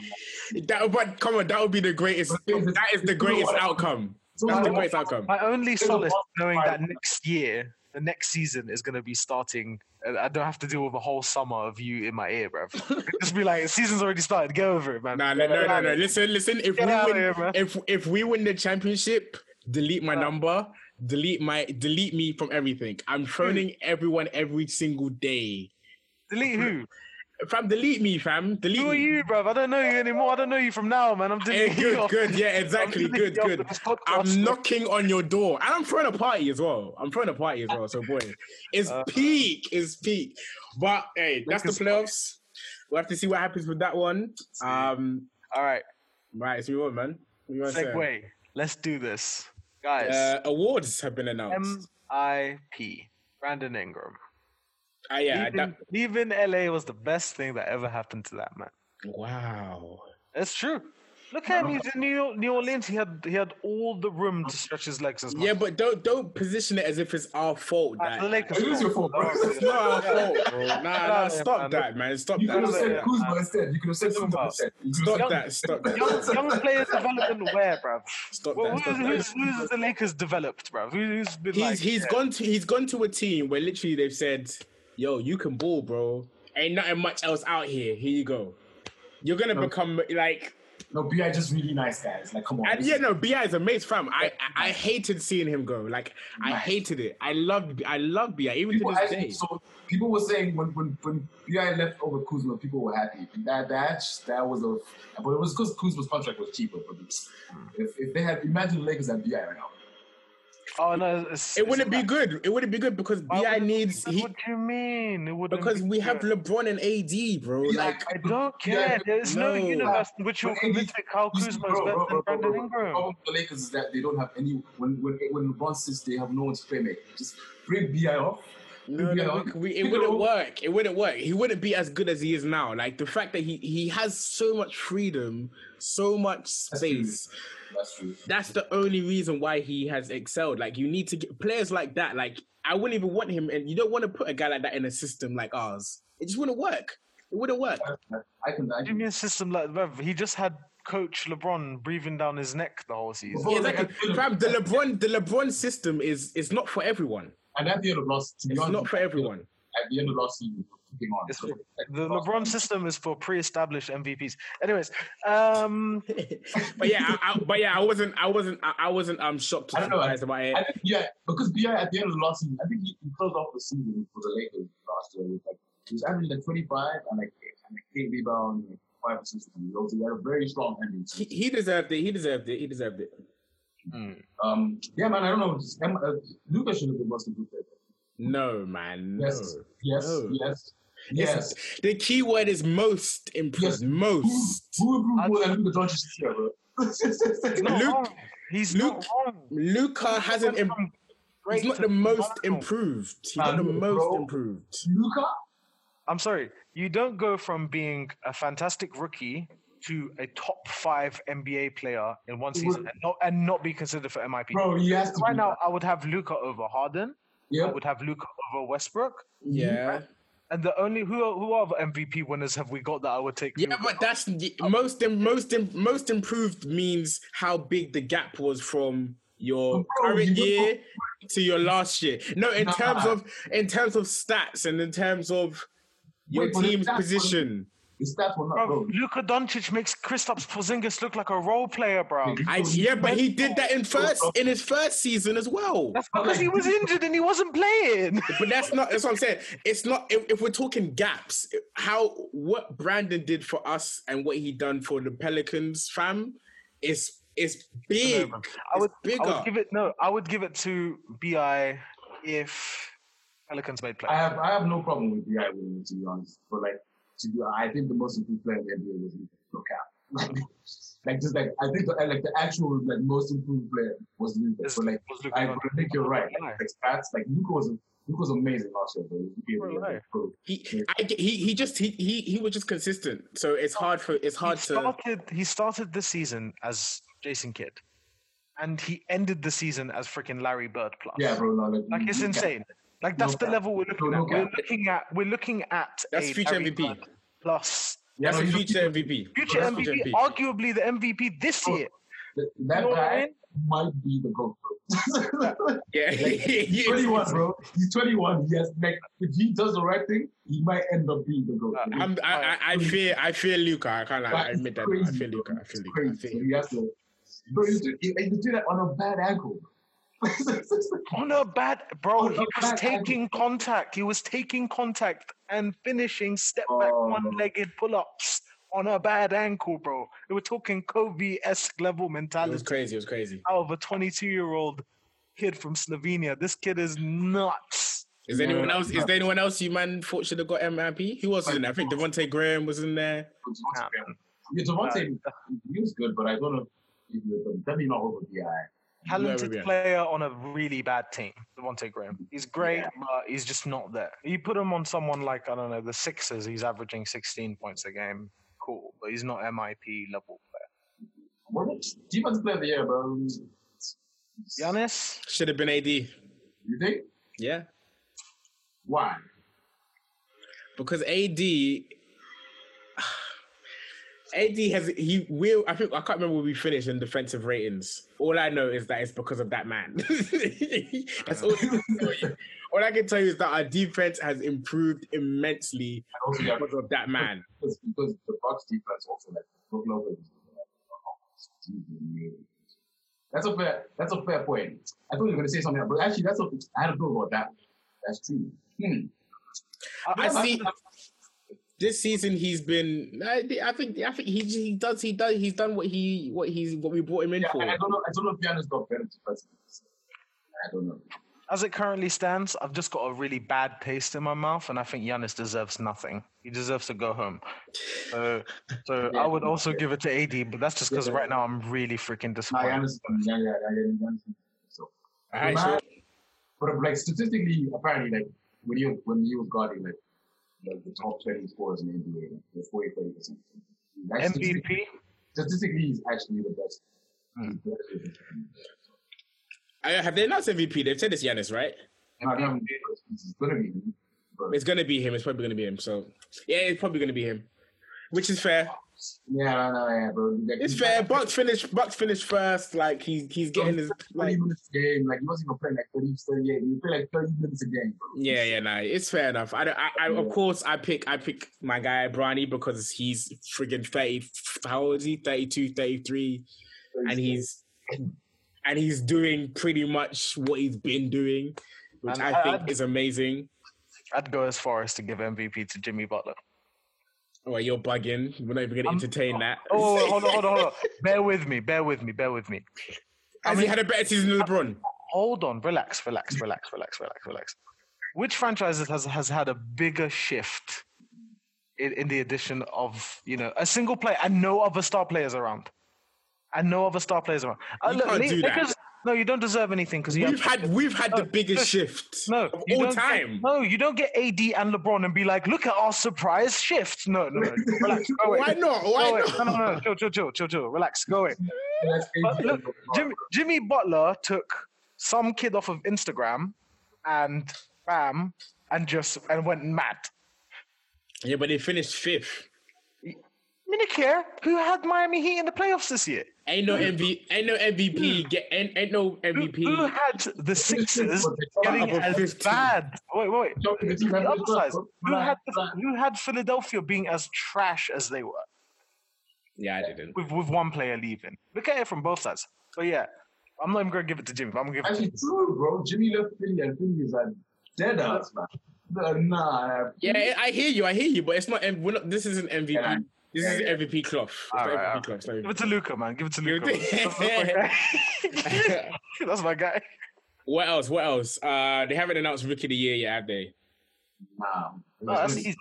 C: Can't.
A: That, but come on, that would be the greatest. That is the greatest outcome. That's the greatest outcome.
C: My only
B: a
C: solace
B: lot
C: is knowing
B: of
C: that
B: time.
C: next year, the next season is going to be starting. and I don't have to deal with a whole summer of you in my ear, bro. Just be like, season's already started. Get over it, man.
A: Nah, no, no,
C: Get
A: no,
C: out
A: no.
C: of it.
A: Listen, listen. If
C: Get
A: we
C: out of
A: win,
C: here, man.
A: if if we win the championship, delete my
C: Yeah.
A: number. Delete my delete me from everything. I'm phoning everyone every single day.
C: Delete who?
A: Fam, delete me, fam. Delete
C: Who are
A: me.
C: you, bro? I don't know you anymore. I don't know you from now, man. I'm
A: Eh,
C: deleting you.
A: good,
C: off-
A: good, yeah,
C: I'm
A: exactly,
C: deleting
A: good,
C: you off
A: good.
C: this podcast.
A: I'm knocking on your door, and I'm throwing a party as well. I'm throwing a party as well. So boy, it's
C: Uh.
A: peak, it's peak. But hey, that's the
C: Lucas-
A: playoffs. We'll have to see what happens with that one. Um,
C: All right,
A: right, so we on, man. What you wanna say?
C: segue. Let's do this, guys.
A: Uh, awards have been
C: Um,
A: announced.
C: M.I.P. Brandon Ingram.
A: Ah, yeah,
C: leaving,
A: that,
C: leaving LA was the best thing that ever happened to that man.
A: wow.
C: That's true. Look at him. He's in New, York, New Orleans. He had he had all the room to stretch his legs as much.
A: Yeah, but don't don't position it as if it's our fault.
C: Uh, the
A: That
C: Lakers
B: It is your fault, bro.
C: lost.
A: it's not our fault, bro. Nah, nah,
C: yeah, man.
A: stop that, man. Stop
B: You could have
A: that.
B: said
C: Yeah.
B: Kuzma instead. You could have said
C: Kuzma.
B: Kuzma instead. You could have
A: Stop
B: said-
A: that. Stop that.
C: Young, young player development where, bruv?
A: Stop
C: Well,
A: that,
C: who's,
A: stop that.
C: who's, who's the Lakers developed, bruv? Who, who's been
A: He's
C: like...
A: he's gone to he's gone to a team where literally they've said, "Yo, you can ball, bro. Ain't nothing much else out here. Here you go. You're gonna become like."
B: No, Bi just really nice guys. Like, come on.
A: And
B: this
A: yeah,
B: is-
A: no, Bi is a mate, fam. I, I I hated seeing him go. Like I hated it. I loved I love Bi even to
B: people
A: this
B: actually,
A: day.
B: so people were saying when when when Bi left over Kuzma, people were happy. That that that was a, but it was because Kuzma's contract was cheaper. But it's-
C: Hmm.
B: if, if they had imagine the Lakers had Bi right now,
C: Oh, no, it's,
A: It wouldn't be good. It wouldn't be good because
C: Why
A: Bi
C: wouldn't-
A: needs he
C: what do you mean? It wouldn't
A: because
C: be
A: we have
C: good.
A: LeBron and AD, bro.
B: Yeah.
A: Like
C: I don't care. There's no,
A: No.
C: universe in which you're
B: But AD
C: convinced that Kyle
B: You
C: Kuzma
B: see,
C: is better than Brandon
B: bro, The
C: Ingram.
B: problem with the Lakers is that they don't have any. When when when LeBron sits, they have no one to play make. Just bring Bi off.
A: No,
B: Yeah,
A: no,
B: okay.
A: we, we, it
B: You
A: wouldn't
B: know.
A: work. It wouldn't work. He wouldn't be as good as he is now. Like the fact that he he has so much freedom, so much
B: true.
A: space.
B: That's true.
A: That's the only reason why he has excelled. Like you need to get players like that. Like I wouldn't even want him, and you don't want to put a guy like that in a system like ours. It just wouldn't work. It wouldn't work.
B: I can. I
C: Give
B: can.
C: me a system like that. He just had Coach LeBron breathing down his neck the whole season.
B: Well,
A: Yeah,
B: like,
A: exactly.
B: I feel-
A: Fam, the LeBron, the LeBron system is is not for everyone.
B: And at the end of last, to be
A: It's
B: honest,
A: not for everyone.
B: At the end of last season, keeping on.
C: It's
B: So,
C: true.
B: like,
C: The
B: last
C: LeBron
B: season,
C: system is for pre-established MVPs. Anyways, um,
A: but yeah, I, I, but yeah, I wasn't, I wasn't, I, I wasn't um shocked.
B: I don't know.
A: surprised about it.
B: I think, yeah, because Bi at the end of the last season, I think he, he closed off the season for the Lakers last year. With like, he was averaging like 25 and like and like eight rebounds, like five assists. He also had a very strong ending.
A: He, he deserved it. He deserved it. He deserved it.
B: Um, yeah, man, I don't know. Just, um, uh, Luca should have been most improved. player.
A: No, man. No.
B: Yes,
A: No.
B: yes, yes,
A: Oh. It's-
B: yes.
A: The key word is most improved.
B: Yes. Who,
A: Most.
B: who improved
C: I-
B: more than Luka Doncic this year, bro?
C: he's not
A: Luke-
C: wrong. He's
A: Luke-
C: not wrong.
A: Luca hasn't. Im-
C: From great
A: he's not
C: to
A: the most
C: phenomenal.
A: improved. He's not the
B: Um,
A: most
B: bro.
A: improved.
B: Luka?
C: I'm sorry. You don't go from being a fantastic rookie to a top five NBA player in one
B: He would-
C: season and not, and not be considered for MIP.
B: Bro, he has to
C: right
B: be.
C: now, I would have Luca over Harden. I
B: yeah.
C: would have Luca over Westbrook.
A: Yeah.
C: And the only who are- who other MVP winners have we got that I would take?
A: Yeah,
C: Luka
A: but that's the- Uh, most im- most im- most improved means how big the gap was from your
B: Bro, you
A: current
B: know-
A: year to your last year. No, in
B: Nah.
A: terms of in terms of stats and in terms of your
B: Wait, but
A: team's
B: that's-
A: position.
B: Is that or not,
C: Bro,
B: bro?
C: Luka Doncic makes Kristaps Porzingis look like a role player, bro.
A: I, yeah, but he did that in first in his first season as well.
C: That's because he was injured and he wasn't playing.
A: But that's not. That's what I'm saying. It's not. If, if we're talking gaps, how what Brandon did for us and what he done for the Pelicans, fam, is is big.
C: I
A: I
C: would,
A: would, bigger.
C: I would give it no. I would give it to Bi if Pelicans made
B: I
C: play.
B: have I have no problem with Bi winning to be honest, but like to be, I think the most improved player in the NBA was Luka. Like, like just like I think the, like the actual like most improved player was Luka.
C: Is-
B: But like
C: was Luka
B: I,
C: Doncic.
B: but I think you're right.
C: Right.
B: Like, like stats, like Luka was Luka was amazing last year, bro. He was
C: Right.
B: like, bro.
A: he, I, get- he, he just he, he he was just consistent. So it's hard for it's
C: He
A: hard to.
C: started. He started this season as Jason Kidd, and he ended the season as freaking Larry Bird plus.
B: Yeah, bro. No, like,
C: Like it's
B: yeah.
C: insane. Like that's
B: No
C: the
B: cap.
C: level we're looking
B: No,
C: at.
B: no
C: We're
B: cap.
C: looking at we're looking at
A: That's
C: a
A: future
C: Larry
A: MVP.
C: Bird plus
A: That's
B: no,
A: a
B: you-
A: future MVP.
C: future
A: That's
C: MVP, arguably the MVP this
B: Bro,
C: year.
B: That
C: You know what I
B: guy
C: mean?
B: might be the GOAT. bro.
A: Yeah.
B: He's 21, bro. He's 21. He has like, if he does the right thing, he might end up being the GOAT.
C: Uh,
A: I'm, I, I, I fear I fear Luca. I can't lie. I
B: That's
A: admit that. I
B: crazy,
A: fear
B: bro.
A: Luca. I fear
B: It's
A: Luca. I
B: crazy.
A: fear
B: So
A: him.
B: he has to, bro, he's doing, he, he's doing that on a bad ankle.
C: On a bad bro,
B: On
C: he
B: a
C: was
B: bad
C: taking contact. He was taking contact and finishing step back
B: Oh.
C: one-legged pull-ups on a bad ankle, bro. We were talking Kobe-esque level
A: It was
C: mentality
A: crazy. It was crazy.
C: out of a 22-year-old kid from Slovenia. This kid is nuts.
A: Is
B: Yeah,
A: anyone
B: yeah,
A: else? Is
B: yeah.
A: there anyone else you man thought should have got MIP? Who else was in there? I think Devontae Graham was in there.
C: Nah, Uh,
B: yeah,
C: man.
B: Devontae, he was good, but I don't know. if he was- Definitely not over the eye.
C: talented
A: we at?
C: player on a really bad team, Devontae Graham. He's great,
B: Yeah.
C: but he's just not there. You put him on someone like, I don't know, the Sixers, he's averaging 16 points a game. Cool, but he's not MIP level player.
B: What defensive player of the year, bro?
C: Giannis?
A: Should have been AD.
B: You think?
A: Yeah,
B: Why?
A: because AD, AD has he will. I think I can't remember where we finished in defensive ratings. All I know is that it's because of that man. That's all. I can tell you. All I can tell you is that our defense has improved immensely
B: And also, yeah,
A: because of that man.
B: because, because the Bucks defense also like Brook Lopez. is, like, oh, excuse me. That's a fair. That's a fair point. I thought you were gonna say something, else, but actually, that's a, I had a thought about that. That's true. Hmm.
A: I
B: Yeah,
A: see.
B: man.
A: This season he's been. I, I think. I think he, he does. He does. He's done what he what he's what we brought him in
B: Yeah,
A: for.
B: I I don't know. I don't know if Giannis got better defensively. I don't know.
C: As it currently stands, I've just got a really bad taste in my mouth, and I think Giannis deserves nothing. He deserves to go home. So, so
B: Yeah.
C: I would also give it to AD, but that's just because
B: Yeah.
C: right now I'm really freaking
B: Nah,
C: disappointed.
B: Giannis. Yeah, yeah, yeah, yeah, Giannis. So.
A: Alright,
B: But
A: so-
B: but um, like statistically, apparently, like when he was, when he was guarding like like the top twenty scorers in the NBA, like, the 40 30 percent.
C: MVP?
B: Statistically, he's actually the best.
C: Hmm.
B: He's better than-
A: I, have they announced MVP? They've said it's Giannis, right?
B: Nah, I mean, He's gonna be. But
A: It's gonna be him. It's probably gonna be him. So yeah, it's probably gonna be him, which is fair.
B: yeah, no, no, yeah, bro. Like,
A: It's
B: he's
A: fair.
B: not-
A: Bucks finished. Bucks finished first. Like he's he's getting his
B: Not
A: like.
B: even this game, like he wasn't even playing like 30, 38. He played like 30 minutes a game. Bro.
A: Yeah, yeah, nah, it's fair enough. I, don't, I, I of course, I pick, I pick my guy Bronny because he's friggin' thirty. How old is he? 32, 33. and he's and he's doing pretty much what he's been doing, which
C: And
A: I,
C: I-
A: think
C: I'd-
A: is amazing.
C: I'd go as far as to give MVP to Jimmy Butler.
A: Well, Oh, you're bugging. We're not even gonna
C: I'm-
A: entertain that.
C: Oh, wait, hold on, hold on, hold on. Bear with me, bear with me, bear with me.
A: Has he had a better season than LeBron?
C: Hold on, relax, relax, relax, relax, relax, relax. Which franchise has, has had a bigger shift in, in the addition of, you know, a single player and no other star players around? And no other star players around. Uh,
A: You can't
C: Le-
A: do that.
C: Lakers- no, you don't deserve anything because you
A: We've
C: have
A: had we've had the biggest shift
C: no
A: of
C: you
A: all
C: don't get-
A: time.
C: no, you don't get AD and LeBron and be like, look at our surprise shift. No, no, no. Relax. Go away.
A: Why not?
C: Go
A: Why
C: away.
A: not?
C: No, no, no. Chill, chill, chill, chill, chill. Relax. Go away.
B: That's
C: But
B: 80.
C: look, Jimmy, Jimmy Butler took some kid off of Instagram and bam, and just and went mad.
A: Yeah, but they finished fifth.
C: Minicare, who had Miami Heat in the playoffs this year,
A: Ain't no MVP. Ain't no MVP. Get ain't, ain't no
C: who, who
A: MVP.
C: had the Sixers getting
A: Above
C: as
A: 15.
C: bad. Wait, wait.
B: Don't forget to
C: The
B: remember
C: other
B: this up,
C: side,
B: bro.
C: Who had, the,
B: Relax.
C: who had Philadelphia being as trash as they were
A: Yeah, I didn't.
C: with, with one player leaving? Look at it from both sides. But yeah, I'm not even going to give it to Jimmy. But I'm going to give it to
B: Actually, true, bro. Jimmy left Philly, and Philly is a dead ass, man. Nah, Nah,
A: Yeah, I I hear you. I hear you, but it's not. M- We're not this isn't MVP.
B: Yeah,
A: This
B: yeah,
A: is
B: yeah.
A: MVP Clough. It's not
C: Alright,
A: MVP
C: alright.
A: Clough. it's not
C: Give it to
A: MVP.
C: Luca, man. Give it to
A: Give
C: Luca.
A: it to-
C: That's my guy.
A: What else? What else? Uh, they haven't announced Rookie of the Year yet, have they?
B: nah.
C: No, that's easy.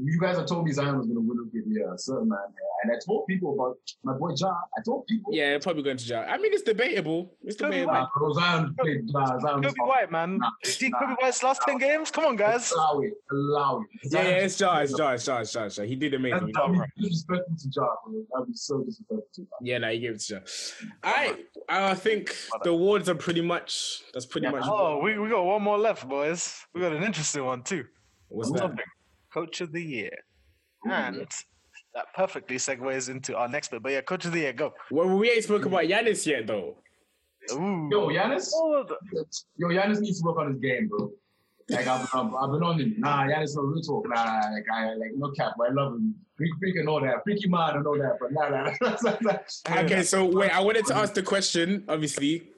B: you guys have told me Zion was going to win a game, yeah, certain man. Yeah. And I told people about my boy Ja. I told people.
A: Yeah, they're probably going to Ja. I mean, it's debatable. It's
C: Kobe
A: debatable.
B: Nah, bro, Zion played Ja. Zion
C: Kobe
B: was awful.
C: White, man.
B: Nah,
C: You see
B: nah,
C: Kobe White's last ten games? Come on, guys.
B: Allow it. Allow it.
A: Yeah,
B: Zion-
A: yeah, it's Ja, it's Ja, it's Ja, it's Ja. It's ja. He did
B: That's,
A: amazing.
B: that'd be disrespectful to Ja, bro. That'd be so disrespectful to Ja.
A: Yeah, no, he gave it to Ja. All right, I think the awards are pretty much. That's pretty
B: Yeah.
A: much.
C: Oh, we, we got one more left, boys. We got an interesting one too.
A: What's that?
C: Coach of the year. And that perfectly segues into our next bit. But yeah, coach of the year, go.
A: Well, we ain't spoke about Yanis yet, though.
C: Ooh.
B: Yo, Giannis?
C: Oh, the-
B: Yo, Giannis needs to work on his game, bro. Like I've, I've, I've been on him. Nah, Giannis no real talk. Nah, like I like no cap. But I love him. Freak, freak and all that. Freaky man and all that. But nah, nah, nah.
A: Okay, so wait, I wanted to ask the question, obviously,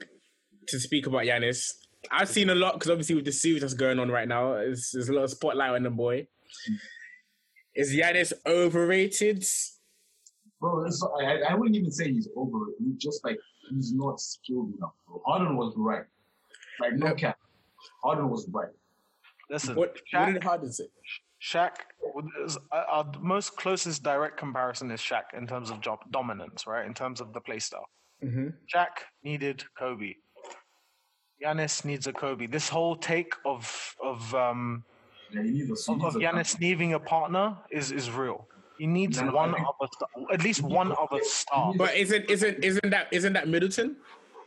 A: to speak about Yanis. I've seen a lot because obviously with the series that's going on right now, it's, there's a lot of spotlight on the boy. Is Yanis overrated?
B: Bro, it's, I, I- I wouldn't even say he's over. it. He's just like he's not skilled enough. Bro. Harden was right. Like no
A: Yeah.
B: cap. Harden was right.
C: listen,
A: What, what
C: Shaq,
A: did Harden say?
C: Shaq, was- our- our most closest direct comparison is Shaq in terms of job dominance, right? In terms of the play style.
A: Mm-hmm.
C: Shaq needed Kobe. Giannis needs a Kobe. This whole take of of um
B: Yeah, he needs a. he
C: of,
B: needs
C: of
B: a-
C: Giannis needing a partner is is real. He needs
B: No, no, I
C: one
B: think-
C: other star, at least one other star.
A: But isn't isn't isn't that isn't that Middleton?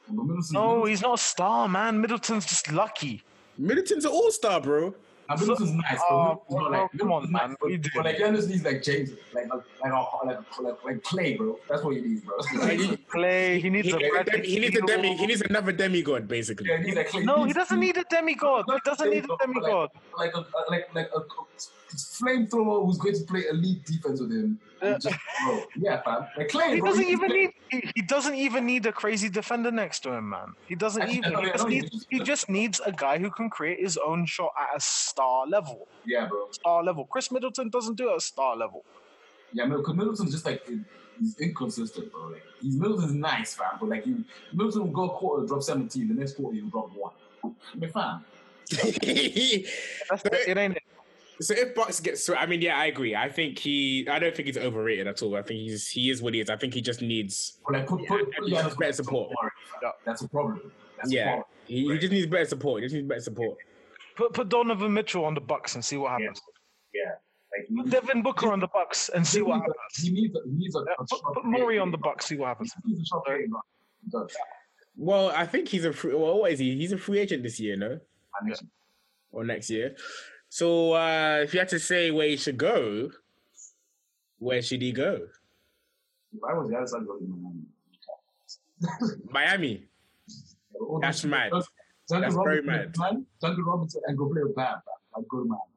B: But Middleton-
C: No, he's not a star, man. Middleton's just lucky.
A: Middleton's an all star, bro.
B: Now, Middleton's nice,
C: Oh,
B: but Middleton's not like,
C: oh, come on,
B: Middleton's nice,
C: man.
B: But,
C: You do.
B: but like Giannis needs like James, like like like, a, like, like like Clay, bro. That's what he needs, bro.
A: Like, he,
C: Clay, he needs
A: he,
C: a
A: needs a demi,
C: Bradley
A: he needs a
C: Beal.
A: demi. He needs another demigod, basically.
B: yeah, he needs like Clay.
C: No, he
B: needs-
C: doesn't need a demigod. He
B: Not
C: doesn't need a
B: but
C: demigod.
B: Like, like a like like a flamethrower who's going to play elite defense with him. And just, bro, yeah, fam. Like Clay,
C: He
B: bro,
C: doesn't
B: he's
C: even
B: Clay.
C: need. He, he doesn't even need a crazy defender next to him, man. He doesn't
B: Actually,
C: even.
B: no,
C: He
B: yeah,
C: just
B: no, he
C: needs.
B: just-
C: He just needs a guy who can create his own shot at a star level.
B: Yeah, bro.
C: Star level. Chris Middleton doesn't do it at star level.
B: Yeah, because Middleton's just like he's inconsistent, bro. Like he's Middleton's nice, fam, but like you, Middleton will go a quarter, drop seventeen, the next quarter he'll drop one. I mean, fam.
C: That's the, it ain't.
A: So if Bucks gets, I mean, yeah, I agree. I think he, I don't think he's overrated at all. I think he's he is what he is. I think he just needs,
B: But like put put, put
A: he
B: Giannis
A: needs better support.
B: That's a problem. That's a
A: Yeah,
B: problem.
A: he, he just needs better support. He just needs better support.
C: Put put Donovan Mitchell on the Bucks and see what happens.
B: Yeah. Like
C: Put Devin Booker on the Bucks and see what happens.
B: he needs a, he needs a,
C: Yeah,
B: a
C: Put,
B: shot
C: put
B: creator.
C: Murray on the Bucks, see what happens.
B: He needs a shot creator, bro. He does.
A: Well, I think he's a free. Well, what is he? He's a free agent this year, no,
B: I mean,
A: or next year. So uh if you had to say where he should go, where should he go?
B: If I was Giannis, I'd go to Miami.
A: Miami.
B: All
A: That's
B: these-
A: mad.
B: Oh, Duncan
A: That's very
B: Robinson,
A: mad.
B: man. Duncan Robinson and go play with Bam. fam. I'd go to Miami.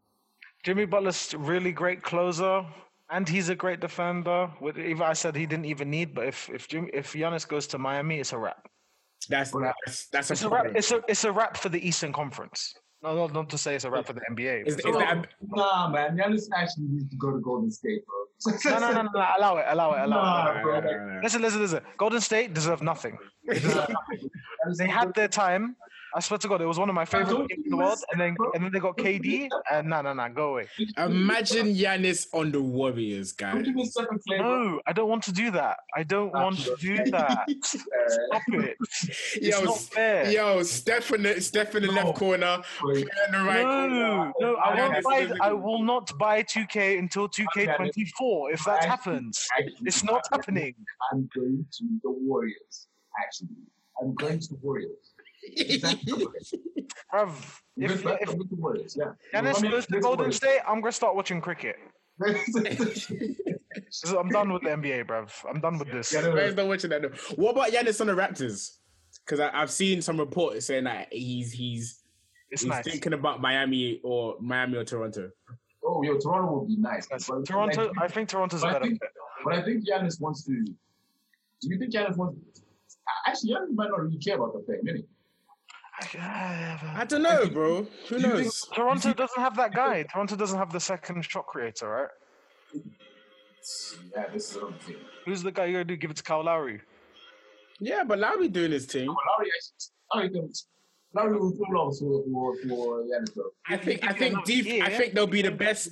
C: Jimmy Butler's really great closer, and he's a great defender. With even I said he didn't even need, but if if Jim, if Giannis goes to Miami, it's a wrap.
A: That's
B: Well,
A: that's, that's a
C: It's a wrap.
A: problem.
C: It's a it's a wrap for the Eastern Conference. No, no, not to say it's a wrap for the NBA.
A: Is-
C: but-
A: is that-
B: Nah, man. Giannis actually needs to go to Golden State, bro.
C: no, no, no, no, no, allow it, allow it, allow it.
B: Nah, bro. Like,
C: Listen, listen, listen. Golden State deserve nothing.
B: Giannis-
C: They had their time. I swear to God, it was one of my favorite
B: don't
C: games
B: you
C: in the world,
B: miss
C: and then
B: bro?
C: and then they got KD, and no, no, no, go away.
A: Imagine Yanis on the Warriors,
B: Don't
A: guys.
B: give me second flavor.
C: No, I don't want to do that. I don't
B: Ah,
C: want to
B: bro.
C: do that. Stop
B: Uh,
C: it.
A: Yo,
C: It's not
A: s-
C: fair.
A: yo, Steph in the, Steph in the
B: No.
A: left corner,
B: Wait.
A: Pierre in the right corner.
C: No, no, I
B: Yeah,
C: won't
B: that's
C: buy.
A: really
C: I
A: good.
C: will not buy 2K until 2K24 if that
B: Actually,
C: happens.
B: actually,
C: It's not
B: I'm-
C: happening.
B: I'm going to the Warriors. Actually, I'm going to the Warriors. Exactly. I'm
C: Bruv, if,
B: going
C: if
B: to the Warriors. Yeah.
C: Giannis
B: I mean,
C: goes to
B: this
C: Golden
B: Warriors.
C: State, I'm gonna start watching cricket.
B: yeah,
C: 'Cause I'm done with the NBA, bruv. I'm done with this.
B: no, no.
A: Guys, don't watching that. though. What about Yanis on the Raptors? Because I've seen some reports saying that he's he's
C: It's
A: he's
C: nice.
A: thinking about Miami or Miami or Toronto.
B: Oh, yo, Toronto would be nice.
C: Nice.
B: But,
C: Toronto.
B: like,
C: I think Toronto's a
B: but I
C: better.
B: think,
C: fit.
B: but I think Giannis wants to. Do you think Giannis wants? Actually, Giannis might not really care about the thing, really.
A: I don't know, bro. Who
B: you think-
A: knows?
C: Toronto doesn't have that guy. Toronto doesn't have the second shot creator, right?
B: Yeah, this is another thing.
C: Who's the guy you're gonna do? Give it to Kyle Lowry.
A: Yeah, but Lowry doing his thing.
B: Well, Lowry actually, Lowry, can- Not even too long for for for Yanis.
A: I think I think def- I think they'll be the best.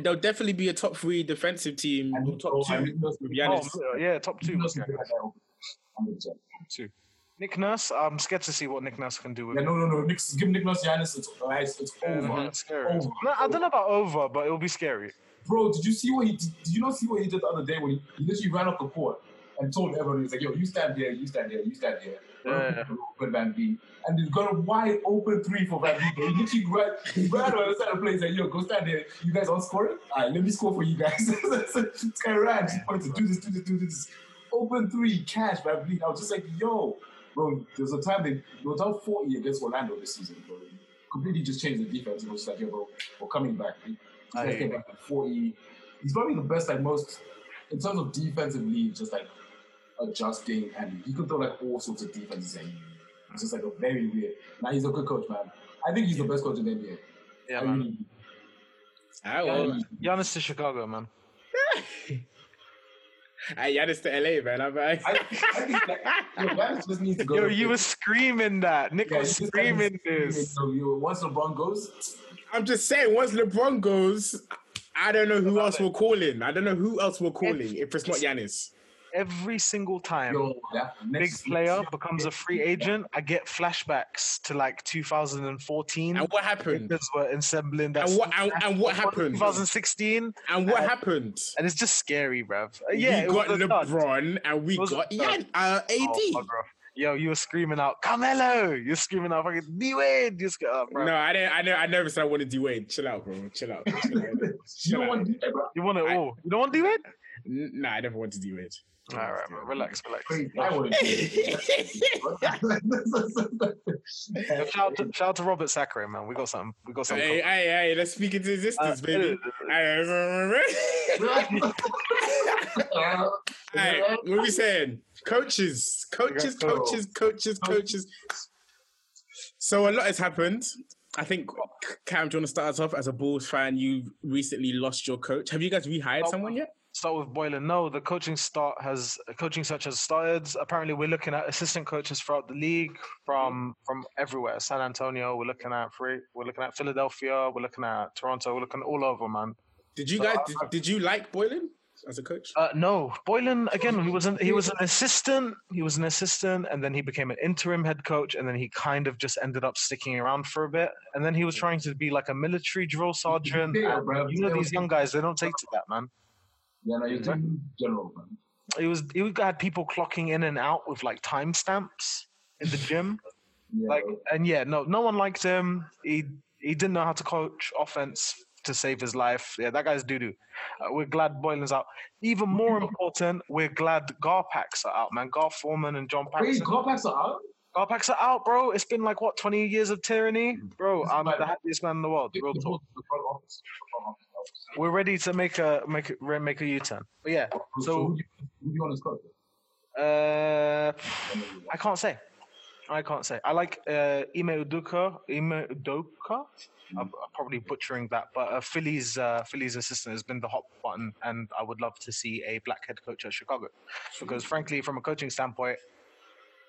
A: They'll definitely be a top three defensive team.
B: And
A: or top two with
C: Oh,
A: Giannis.
C: yeah, top two. was Nick Nurse.
B: Yeah,
C: Two. Nick Nurse. I'm scared to see what Nick Nurse can do with.
B: no, no, no. Nick, give Nick Nurse Giannis. It's, uh, it's, it's
C: Yeah,
A: Uh-huh.
B: over.
C: that's scary.
B: Over.
C: No, I don't know about over, but it'll be scary.
B: Bro, did you see what he did? Did you not see what he did the other day when he, he literally ran up the court and told everyone, he's like, yo, you stand here, you stand here, you stand here.
C: Yeah.
B: Open Van B. And he's got a wide open three for Van B. He literally ran, he ran on the side of the place, like, yo, go stand there. You guys all scoring? All right, let me score for you guys. this guy ran, just wanted to do this, do this, do this. Open three, cash, Van B. I was just like, yo, bro, there's a time they, they were down 40 against Orlando this season, bro. Completely just changed the defense. It was just like, yo, bro, we're coming back. He's
C: Aye.
B: gonna get back to 40. He's probably the best, like most in terms of defensively, just like adjusting and he could throw like all sorts of defenses at you. It's just like a very weird. Now he's a good coach, man. I think he's the best coach in the NBA.
C: Yeah,
B: I
C: man.
B: really-
A: I will.
C: Um, Giannis to Chicago, man.
A: Hey, Giannis to LA, man. I'm like,
B: I, I think like, yo, Giannis just needs to go.
C: Yo,
B: to-
C: you were screaming that. Nick
B: Yeah,
C: was
B: he just
C: screaming
B: kinda
C: this.
B: So you, once LeBron goes,
A: I'm just saying. Once LeBron goes, I don't know who else we're calling. I don't know who else we're calling if it's not Giannis.
C: Every single time
B: yo, that
C: big
B: next
C: player becomes a free agent, I get flashbacks to like 2014.
A: And what happened?
C: Lakers were ensembling that.
A: And what and, and what happened?
C: 2016,
A: And what happened?
C: and it's just scary, bruv. Uh, Yeah, it
A: we
C: was
A: got
C: a dud.
A: LeBron and we
C: It was a
A: got
C: dud.
A: Yan, uh, AD.
C: Oh, fuck, bruv. Yo, you were screaming out, Carmelo. You're screaming out, fucking D Wade. You sc- oh, bruv.
A: no, I didn't. I know. I never said I wanted D Wade. Chill out, bro. Chill out. Chill out.
B: You don't want to
C: You want it
A: I-
C: all. You don't want D Wade?
A: N- nah, I never wanted D Wade.
C: All right, bro. Relax, relax.
B: I wouldn't.
C: Yo, Shout out, to, shout out to Robert Sacre, man. We got something. We got something.
A: hey, hey, hey, let's speak into
C: Uh,
A: existence, baby. Hey, hey, what are we saying? Coaches, coaches,
B: Okay, so-
A: coaches, coaches, coaches. So a lot has happened. I think Cam, do you want to start us off as a Bulls fan? You recently lost your coach. Have you guys rehired
C: Oh,
A: someone yet?
C: start with Boylan. No, the coaching start has coaching search has started. Apparently, we're looking at assistant coaches throughout the league from from everywhere. San Antonio, we're looking at free, we're looking at Philadelphia, we're looking at Toronto, we're looking all over, man.
A: Did you
C: So
A: guys?
C: I-
A: Did, did you like Boylan as a coach?
C: Uh, no, Boylan again. He was an he was an assistant. He was an assistant, and then he became an interim head coach, and then he kind of just ended up sticking around for a bit. And then he was trying to be like a military drill sergeant.
B: Yeah,
C: and
B: bruv.
C: you know these young guys, they don't take to that, man.
B: Yeah, no, you're too general, man.
C: it was it had people clocking in and out with like timestamps in the gym.
B: Yeah,
C: Like and yeah, no, no one liked him. He he didn't know how to coach offense to save his life. Yeah, that guy's doo doo. Uh, we're glad Boylan's out. Even more important, we're glad Garpax are out, man. Gar Foreman and John
B: Wait,
C: Paxson.
B: Garpax are out?
C: Garpax are out, bro. It's been like what twenty years of tyranny, bro. I'm the happiest man in the world. Real talk.
B: The front office. The front office.
C: We're ready to make a make a, make a U turn. But yeah,
B: So,
C: So-
B: who, do you, who do you want to start? with?
C: Uh, I can't say. I can't say. I like uh, Ime Udoka. Ime Udoka. I'm, I'm probably butchering that, but uh, Philly's uh, Philly's assistant has been the hot button, and I would love to see a black head coach at Chicago, because frankly, from a coaching standpoint,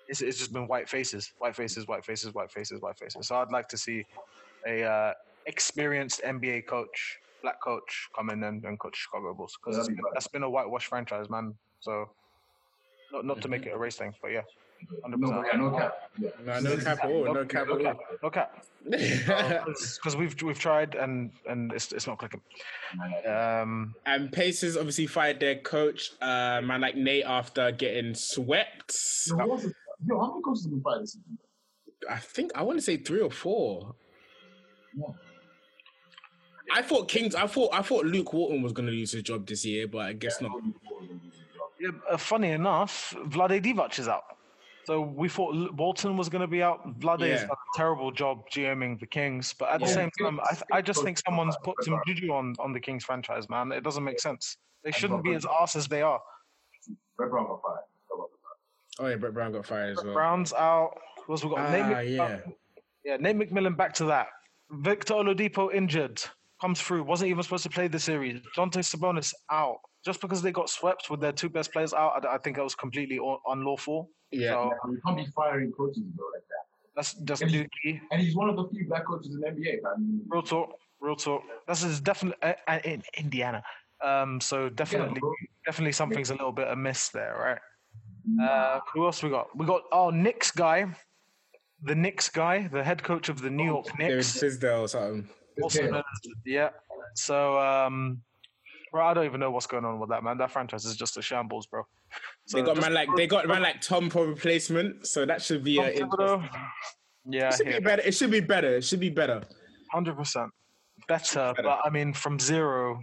C: it's, it's just been white faces, white faces, white faces, white faces, white faces. So I'd like to see a uh, experienced NBA coach, black coach, come in and, and coach Chicago Bulls, because
B: That'd be
C: that's been a whitewash franchise, man. So not not to make it a race thing, but yeah, hundred
B: No, but yeah,
C: percent.
B: no cap. Yeah.
A: No, no cap at all. No cap at all.
C: Okay, Um, because we've we've tried and and it's it's not clicking. Um,
A: and Pacers obviously fired their coach, uh, man like Nate, after getting swept.
B: Yo, what was it? Yo, how many coaches have been fired this season?
A: I think I want to say three or four.
B: Yeah.
A: I thought Kings. I thought I thought Luke Walton was going to lose his job this year, but I guess not.
C: yeah, uh, funny enough, Vlade Divac is out. So we thought L- Walton was going to be out. Vlade has
A: Yeah.
C: done a terrible job GMing the Kings, but at the
A: Yeah.
C: same time, I, th- I just think someone's put some juju on on the Kings franchise, man. It doesn't make sense. They shouldn't be as arse as they are.
B: Red Brown got fired.
A: Oh yeah, Brett Brown got fired as well.
C: Brown's out. Who else we got? Nate
A: Ah,
C: Mc-
A: yeah.
C: Yeah, Nate McMillan back to that. Victor Oladipo injured, comes through, wasn't even supposed to play the series. Dante Sabonis out. Just because they got swept with their two best players out, I, I think that was completely un- unlawful.
A: Yeah.
C: So,
B: You can't be firing coaches, bro, like that.
C: That's that's
B: And he-
C: Dookie.
B: And he's one of the few black coaches in the NBA. Man.
C: Real talk. Real talk. This is definitely uh, uh, in Indiana. Um, so definitely,
B: bro.
C: definitely something's a little bit amiss there, right?
A: Mm.
C: Uh, who else we got? We got our Knicks guy, the Knicks guy, the head coach of the New York
A: David
C: Knicks.
A: Fisdale or something.
C: Also
B: Yeah.
C: known as, yeah. So, um, bro, I don't even know what's going on with that man. That franchise is just a shambles, bro. So
A: they got
C: just-
A: man like they got man like Tom for replacement, so that should be uh,
C: Tom
A: interesting.
C: Thibodeau. Yeah,
A: It should be better. It should be better. It should be better.
C: hundred percent better, but I mean from zero.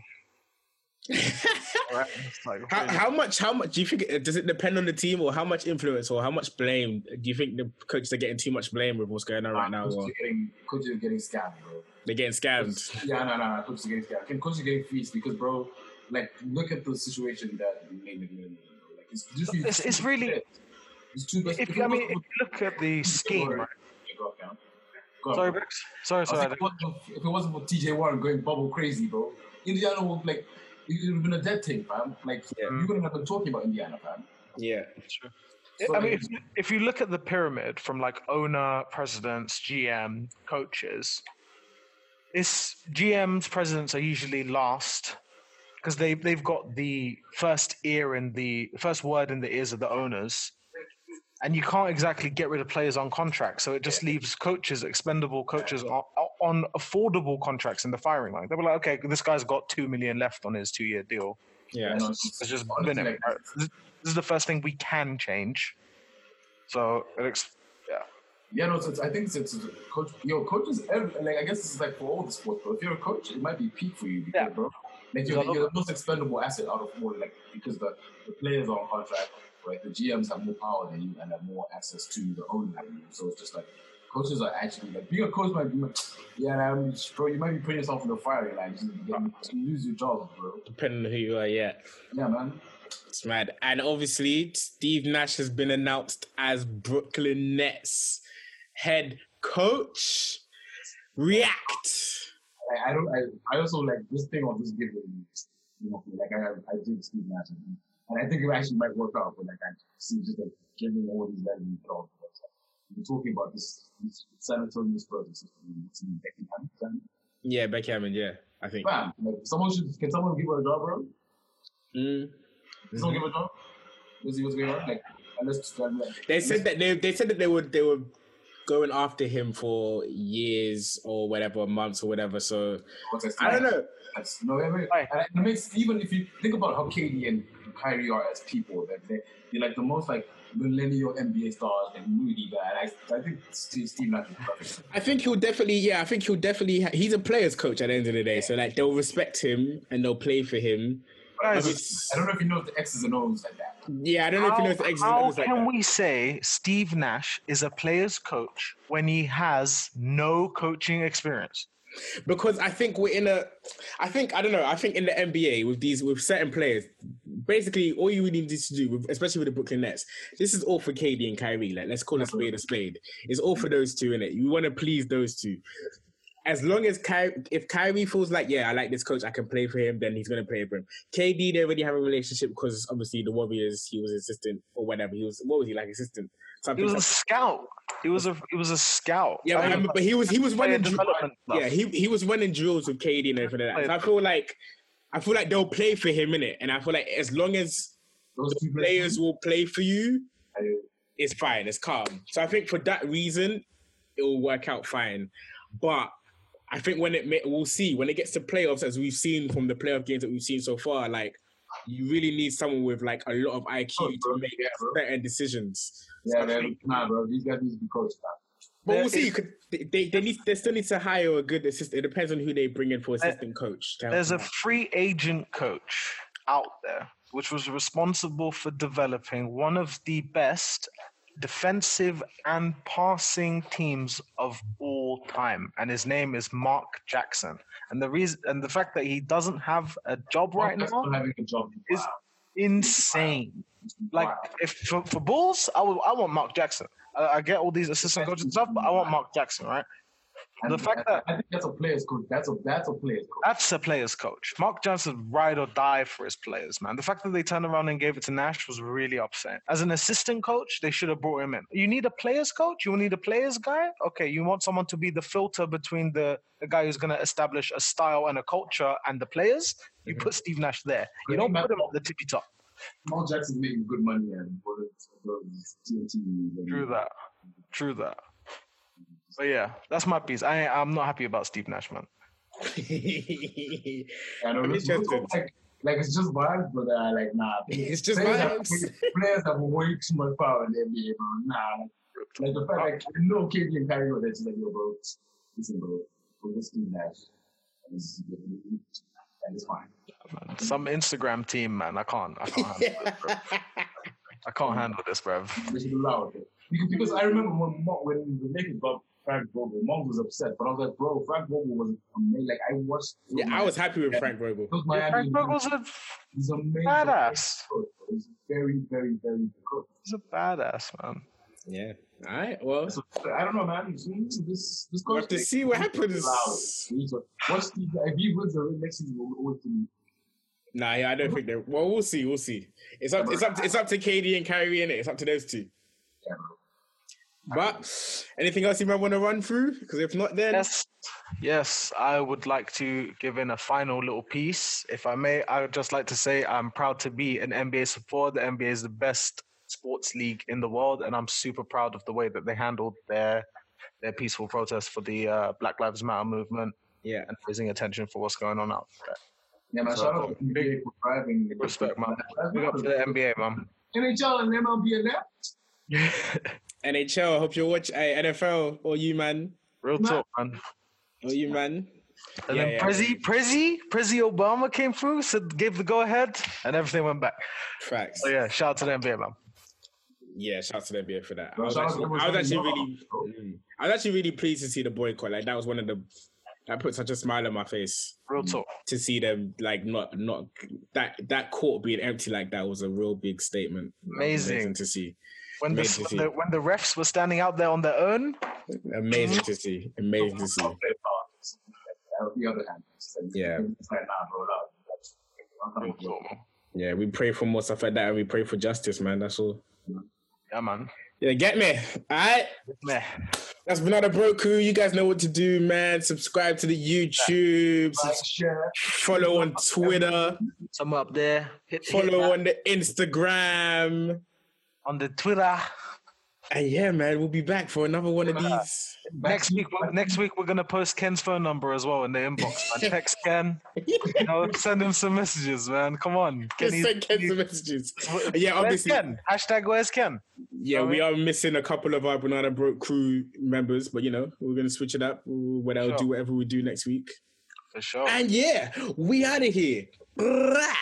C: right? It's like,
A: How,
C: really-
A: how much? How much do you think? uh, Does it depend on the team, or how much influence, or how much blame do you think the coaches are getting too much blame with what's going on right now?
B: coaches
A: Or
B: are getting, coaches are getting scammed, bro.
A: they're getting scammed.
B: Yeah, no, no, no. Coaches are getting scammed. And coaches are getting fleeced because, bro, like, look at the situation that we made in the NBA, bro. Like, it's just
C: It's- it's really-
B: It's too best.
C: If you, I mean, if you look at the scheme, right?
B: Go up, man. Go up.
C: Sorry, Brooks. Sorry,
B: I was
C: sorry.
B: like, what the- if it wasn't for TJ Warren going bubble crazy, bro, Indiana would like it would have been a dead thing, fam. Like
A: Yeah.
B: you wouldn't have been talking about Indiana, fam.
A: Yeah.
C: I mean, if, if you look at the pyramid from like owner, presidents, GM, coaches, it's GMs, presidents are usually last because they they've got the first ear in the first word in the ears of the owners, and you can't exactly get rid of players on contracts, so it just leaves coaches, expendable coaches on, on affordable contracts in the firing line. They were like, okay, this guy's got two million left on his two-year deal.
A: Yeah.
B: Yeah.
C: Let's just, let's just bin it, bro. This, this is the first thing we can change. So it ex-
B: Yeah, no, so it's, I think it's, it's coach. Yo, coaches. ev- Like I guess this is like for all the sports, but if you're a coach, it might be peak for you, because,
C: Yeah.
B: bro. Like you're, you're the most expendable asset out of all, like because the, the players are on contract, right? The GMs have more power than you and have more access to the owner than you. So it's just like coaches are actually like being a coach might be, yeah, um, bro. You might be putting yourself in the firing line. You, you, you lose your job, bro.
A: Depending on who you are, yeah.
B: Yeah, man.
A: It's mad. And obviously, Steve Nash has been announced as Brooklyn Nets head coach. React.
B: I, I don't. I, I also like this thing on this given. You know, like I, I did Steve Nash, and, and I think it actually might work out. But like I see, just like giving all these guys new jobs. but, like, We're talking about this, this San Antonio Spurs. This is what's his name, Becky Hammond.
A: Yeah, Becky Hammond. Yeah, I think.
B: Man, like someone should. Can someone give her a job, bro? Can
A: Mm.
B: Someone give her a job. Let's see what's going on. Like, unless like,
A: They said that they they said that they would they were going after him for years or whatever months or whatever. So I don't know.
B: That's, no, I mean,
C: Right.
B: and it makes even if you think about how KD and Kyrie are as people, that they they're like the most like millennial NBA stars and moody guy. And I, I think Steve Steve Nash is perfect.
A: I think he'll definitely. Yeah, I think he'll definitely. Ha- he's a players coach at the end of the day, so like they'll respect him and they'll play for him.
C: guys,
A: I mean,
B: I don't know if you know the X's and O's like that.
A: yeah, I don't know if
C: how,
A: you know the exes and
C: how
A: O's like
C: can
A: that.
C: we say Steve Nash is a player's coach when he has no coaching experience?
A: because I think we're in a, I think I don't know. I think in the NBA with these with certain players, basically all you really need to do, with, especially with the Brooklyn Nets, this is all for KD and Kyrie. Like let's call a spade a spade. It's all for those two in it. You want to please those two. As long as Kyrie, if Kyrie feels like yeah, I like this coach, I can play for him, then he's gonna play for him. KD, they already have a relationship because obviously the Warriors, he was assistant or whatever. He was what was he like assistant?
C: He
A: Something.
C: was a
A: like-
C: scout. He was a he was a scout.
A: yeah, I remember, but he was he was
C: player
A: running dri-
C: development. stuff.
A: yeah, he he was running drills with KD and everything like that. So I feel like I feel like they'll play for him in it, and I feel like as long as
B: Those two
A: players will play for you,
B: I,
A: it's fine, it's calm. So I think for that reason, it will work out fine. But I think when it may, we'll see when it gets to playoffs, as we've seen from the playoff games that we've seen so far, like you really need someone with like a lot of IQ
B: Oh, bro,
A: to make
B: yeah, bro.
A: certain decisions.
B: yeah,
A: So I
B: man,
A: think-
B: nah, bro. These guys need to be coached. man.
A: but
C: There
A: we'll see.
C: is-
A: You could, they, they, they need they still need to hire a good assistant. It depends on who they bring in for assistant coach. to help
C: There's
A: them
C: a free agent coach out there which was responsible for developing one of the best defensive and passing teams of all time and his name is Mark Jackson. And the reason and the fact that he doesn't have a job right
B: That's
C: now
B: not having a job.
C: is
B: Wow.
C: insane. Like
B: Wow.
C: if for, for Bulls, I would I want Mark Jackson. I, I get all these assistant coaches and stuff, but I want Mark Jackson, right?
B: And
C: the fact that
B: I think that's a player's coach. That's a that's a player's coach.
C: that's a player's coach. Mark Johnson ride or die for his players, man. The fact that they turned around and gave it to Nash was really upsetting. As an assistant coach, they should have brought him in. You need a player's coach? You need a player's guy? Okay, you want someone to be the filter between the, the guy who's going to establish a style and a culture and the players? You put Steve Nash there. You don't put him at the tippy top.
B: Mark Jackson's making good money and for the, for the TNT. and-
C: True that. True that. But yeah, that's my piece. I I'm not happy about Steve Nash, man.
B: I know,
A: I'm
B: it's just
A: interested.
B: like, like it's just vibes, but uh, like nah.
A: It's just
B: players
A: vibes.
B: Have, players have way too much power in the NBA, bro. Nah, like the fact like I know KD and Kyrie were there, just like yo, bro. Listen, bro, we're just doing that. And it's, and it's fine.
C: Some Instagram team, man. I can't. I can't handle this, bro. I can't handle this, bruv.
B: They should allow it. Because, because I remember when Mo- when the Lakers got Frank Vogel, mom was upset, but I was like, bro, Frank Vogel was amazing. Like I watched.
A: yeah, Oh. I was happy with Frank Vogel.
B: Those
C: Yeah,
B: Miami,
C: Frank Vogel's a
B: He's amazing.
C: badass.
B: coach. He's very, very, very good coach.
C: He's a badass, man.
A: Yeah. All right. Well,
B: So, I don't know, man. This this
A: we'll have to see what happens.
B: Watch Steve. If he wins the ring next season, we'll always be-
A: Nah, yeah, I don't think they. Well, we'll see. We'll see. It's up. It's up. To, it's up to KD and Kyrie in it. It's up to those two.
B: yeah,
A: But anything else you might want to run through? Because if not, then
C: Yes, yes. I would like to give in a final little piece, if I may. I would just like to say I'm proud to be an NBA supporter. The NBA is the best sports league in the world, and I'm super proud of the way that they handled their their peaceful protest for the uh, Black Lives Matter movement
A: yeah,
C: and raising attention for what's going on out there.
B: Yeah, man.
C: So,
B: Shout out to NBA for driving.
C: Respect, man.
B: That's
C: Big up to
B: not-
C: the NBA, man.
B: NHL and MLB and that.
A: NHL. I hope you're eh, watching hey, NFL or you man
C: Real
B: Man.
C: talk, man.
A: or you man.
C: And
A: Yeah,
C: then
A: yeah.
C: Prezi, Prezi, Prezi Obama came through, said, gave the go ahead, and everything went back.
A: Facts.
B: Oh,
C: So yeah, shout out to the NBA, man.
A: Yeah, shout out to NBA for that. I
B: Well,
A: was
B: shout out
A: actually,
B: to them
A: I was
B: for
A: actually
B: being
A: really, Mm. I was actually really pleased to see the boycott. Like that was one of the that put such a smile on my face
C: Real talk.
A: to see them like not not that that court being empty like that was a real big statement. That was
C: Amazing.
A: to see.
C: When the,
A: Amazing to
C: when the when the refs were standing out there on their own,
A: Amazing to see. Amazing to see.
B: Top player powers. That was the other hand. It's like,
A: Yeah.
B: it's like, nah, bro, nah, that's- I'm
C: real
B: not-
C: talk, man.
A: Yeah, we pray for more stuff like that, and we pray for justice, man. That's all.
C: Yeah, man.
A: Yeah, get me. All right.
C: Meh.
A: That's been another bro crew. You guys know what to do, man. Subscribe to the YouTube.
B: Like,
A: subs-
B: share.
A: Follow on Twitter.
C: Some up there. Hit, hit
A: Follow
C: that
A: on the Instagram.
C: on the Twitter.
A: And yeah, man, we'll be back for another one of these.
C: Next week, we're- next week we're gonna post Ken's phone number as well in the inbox. Man. Text Ken. You know, send him some messages, man. Come on,
A: Just
C: Kenny.
A: send Ken some messages. Yeah,
C: Where's
A: obviously.
C: Ken? Hashtag Where's Ken?
A: Yeah, we are missing a couple of our Banana Broke crew members, but you know, we're gonna switch it up. We'll we'll
C: Sure.
A: do whatever we do next week.
C: For sure.
A: And yeah, we out of here. Rah!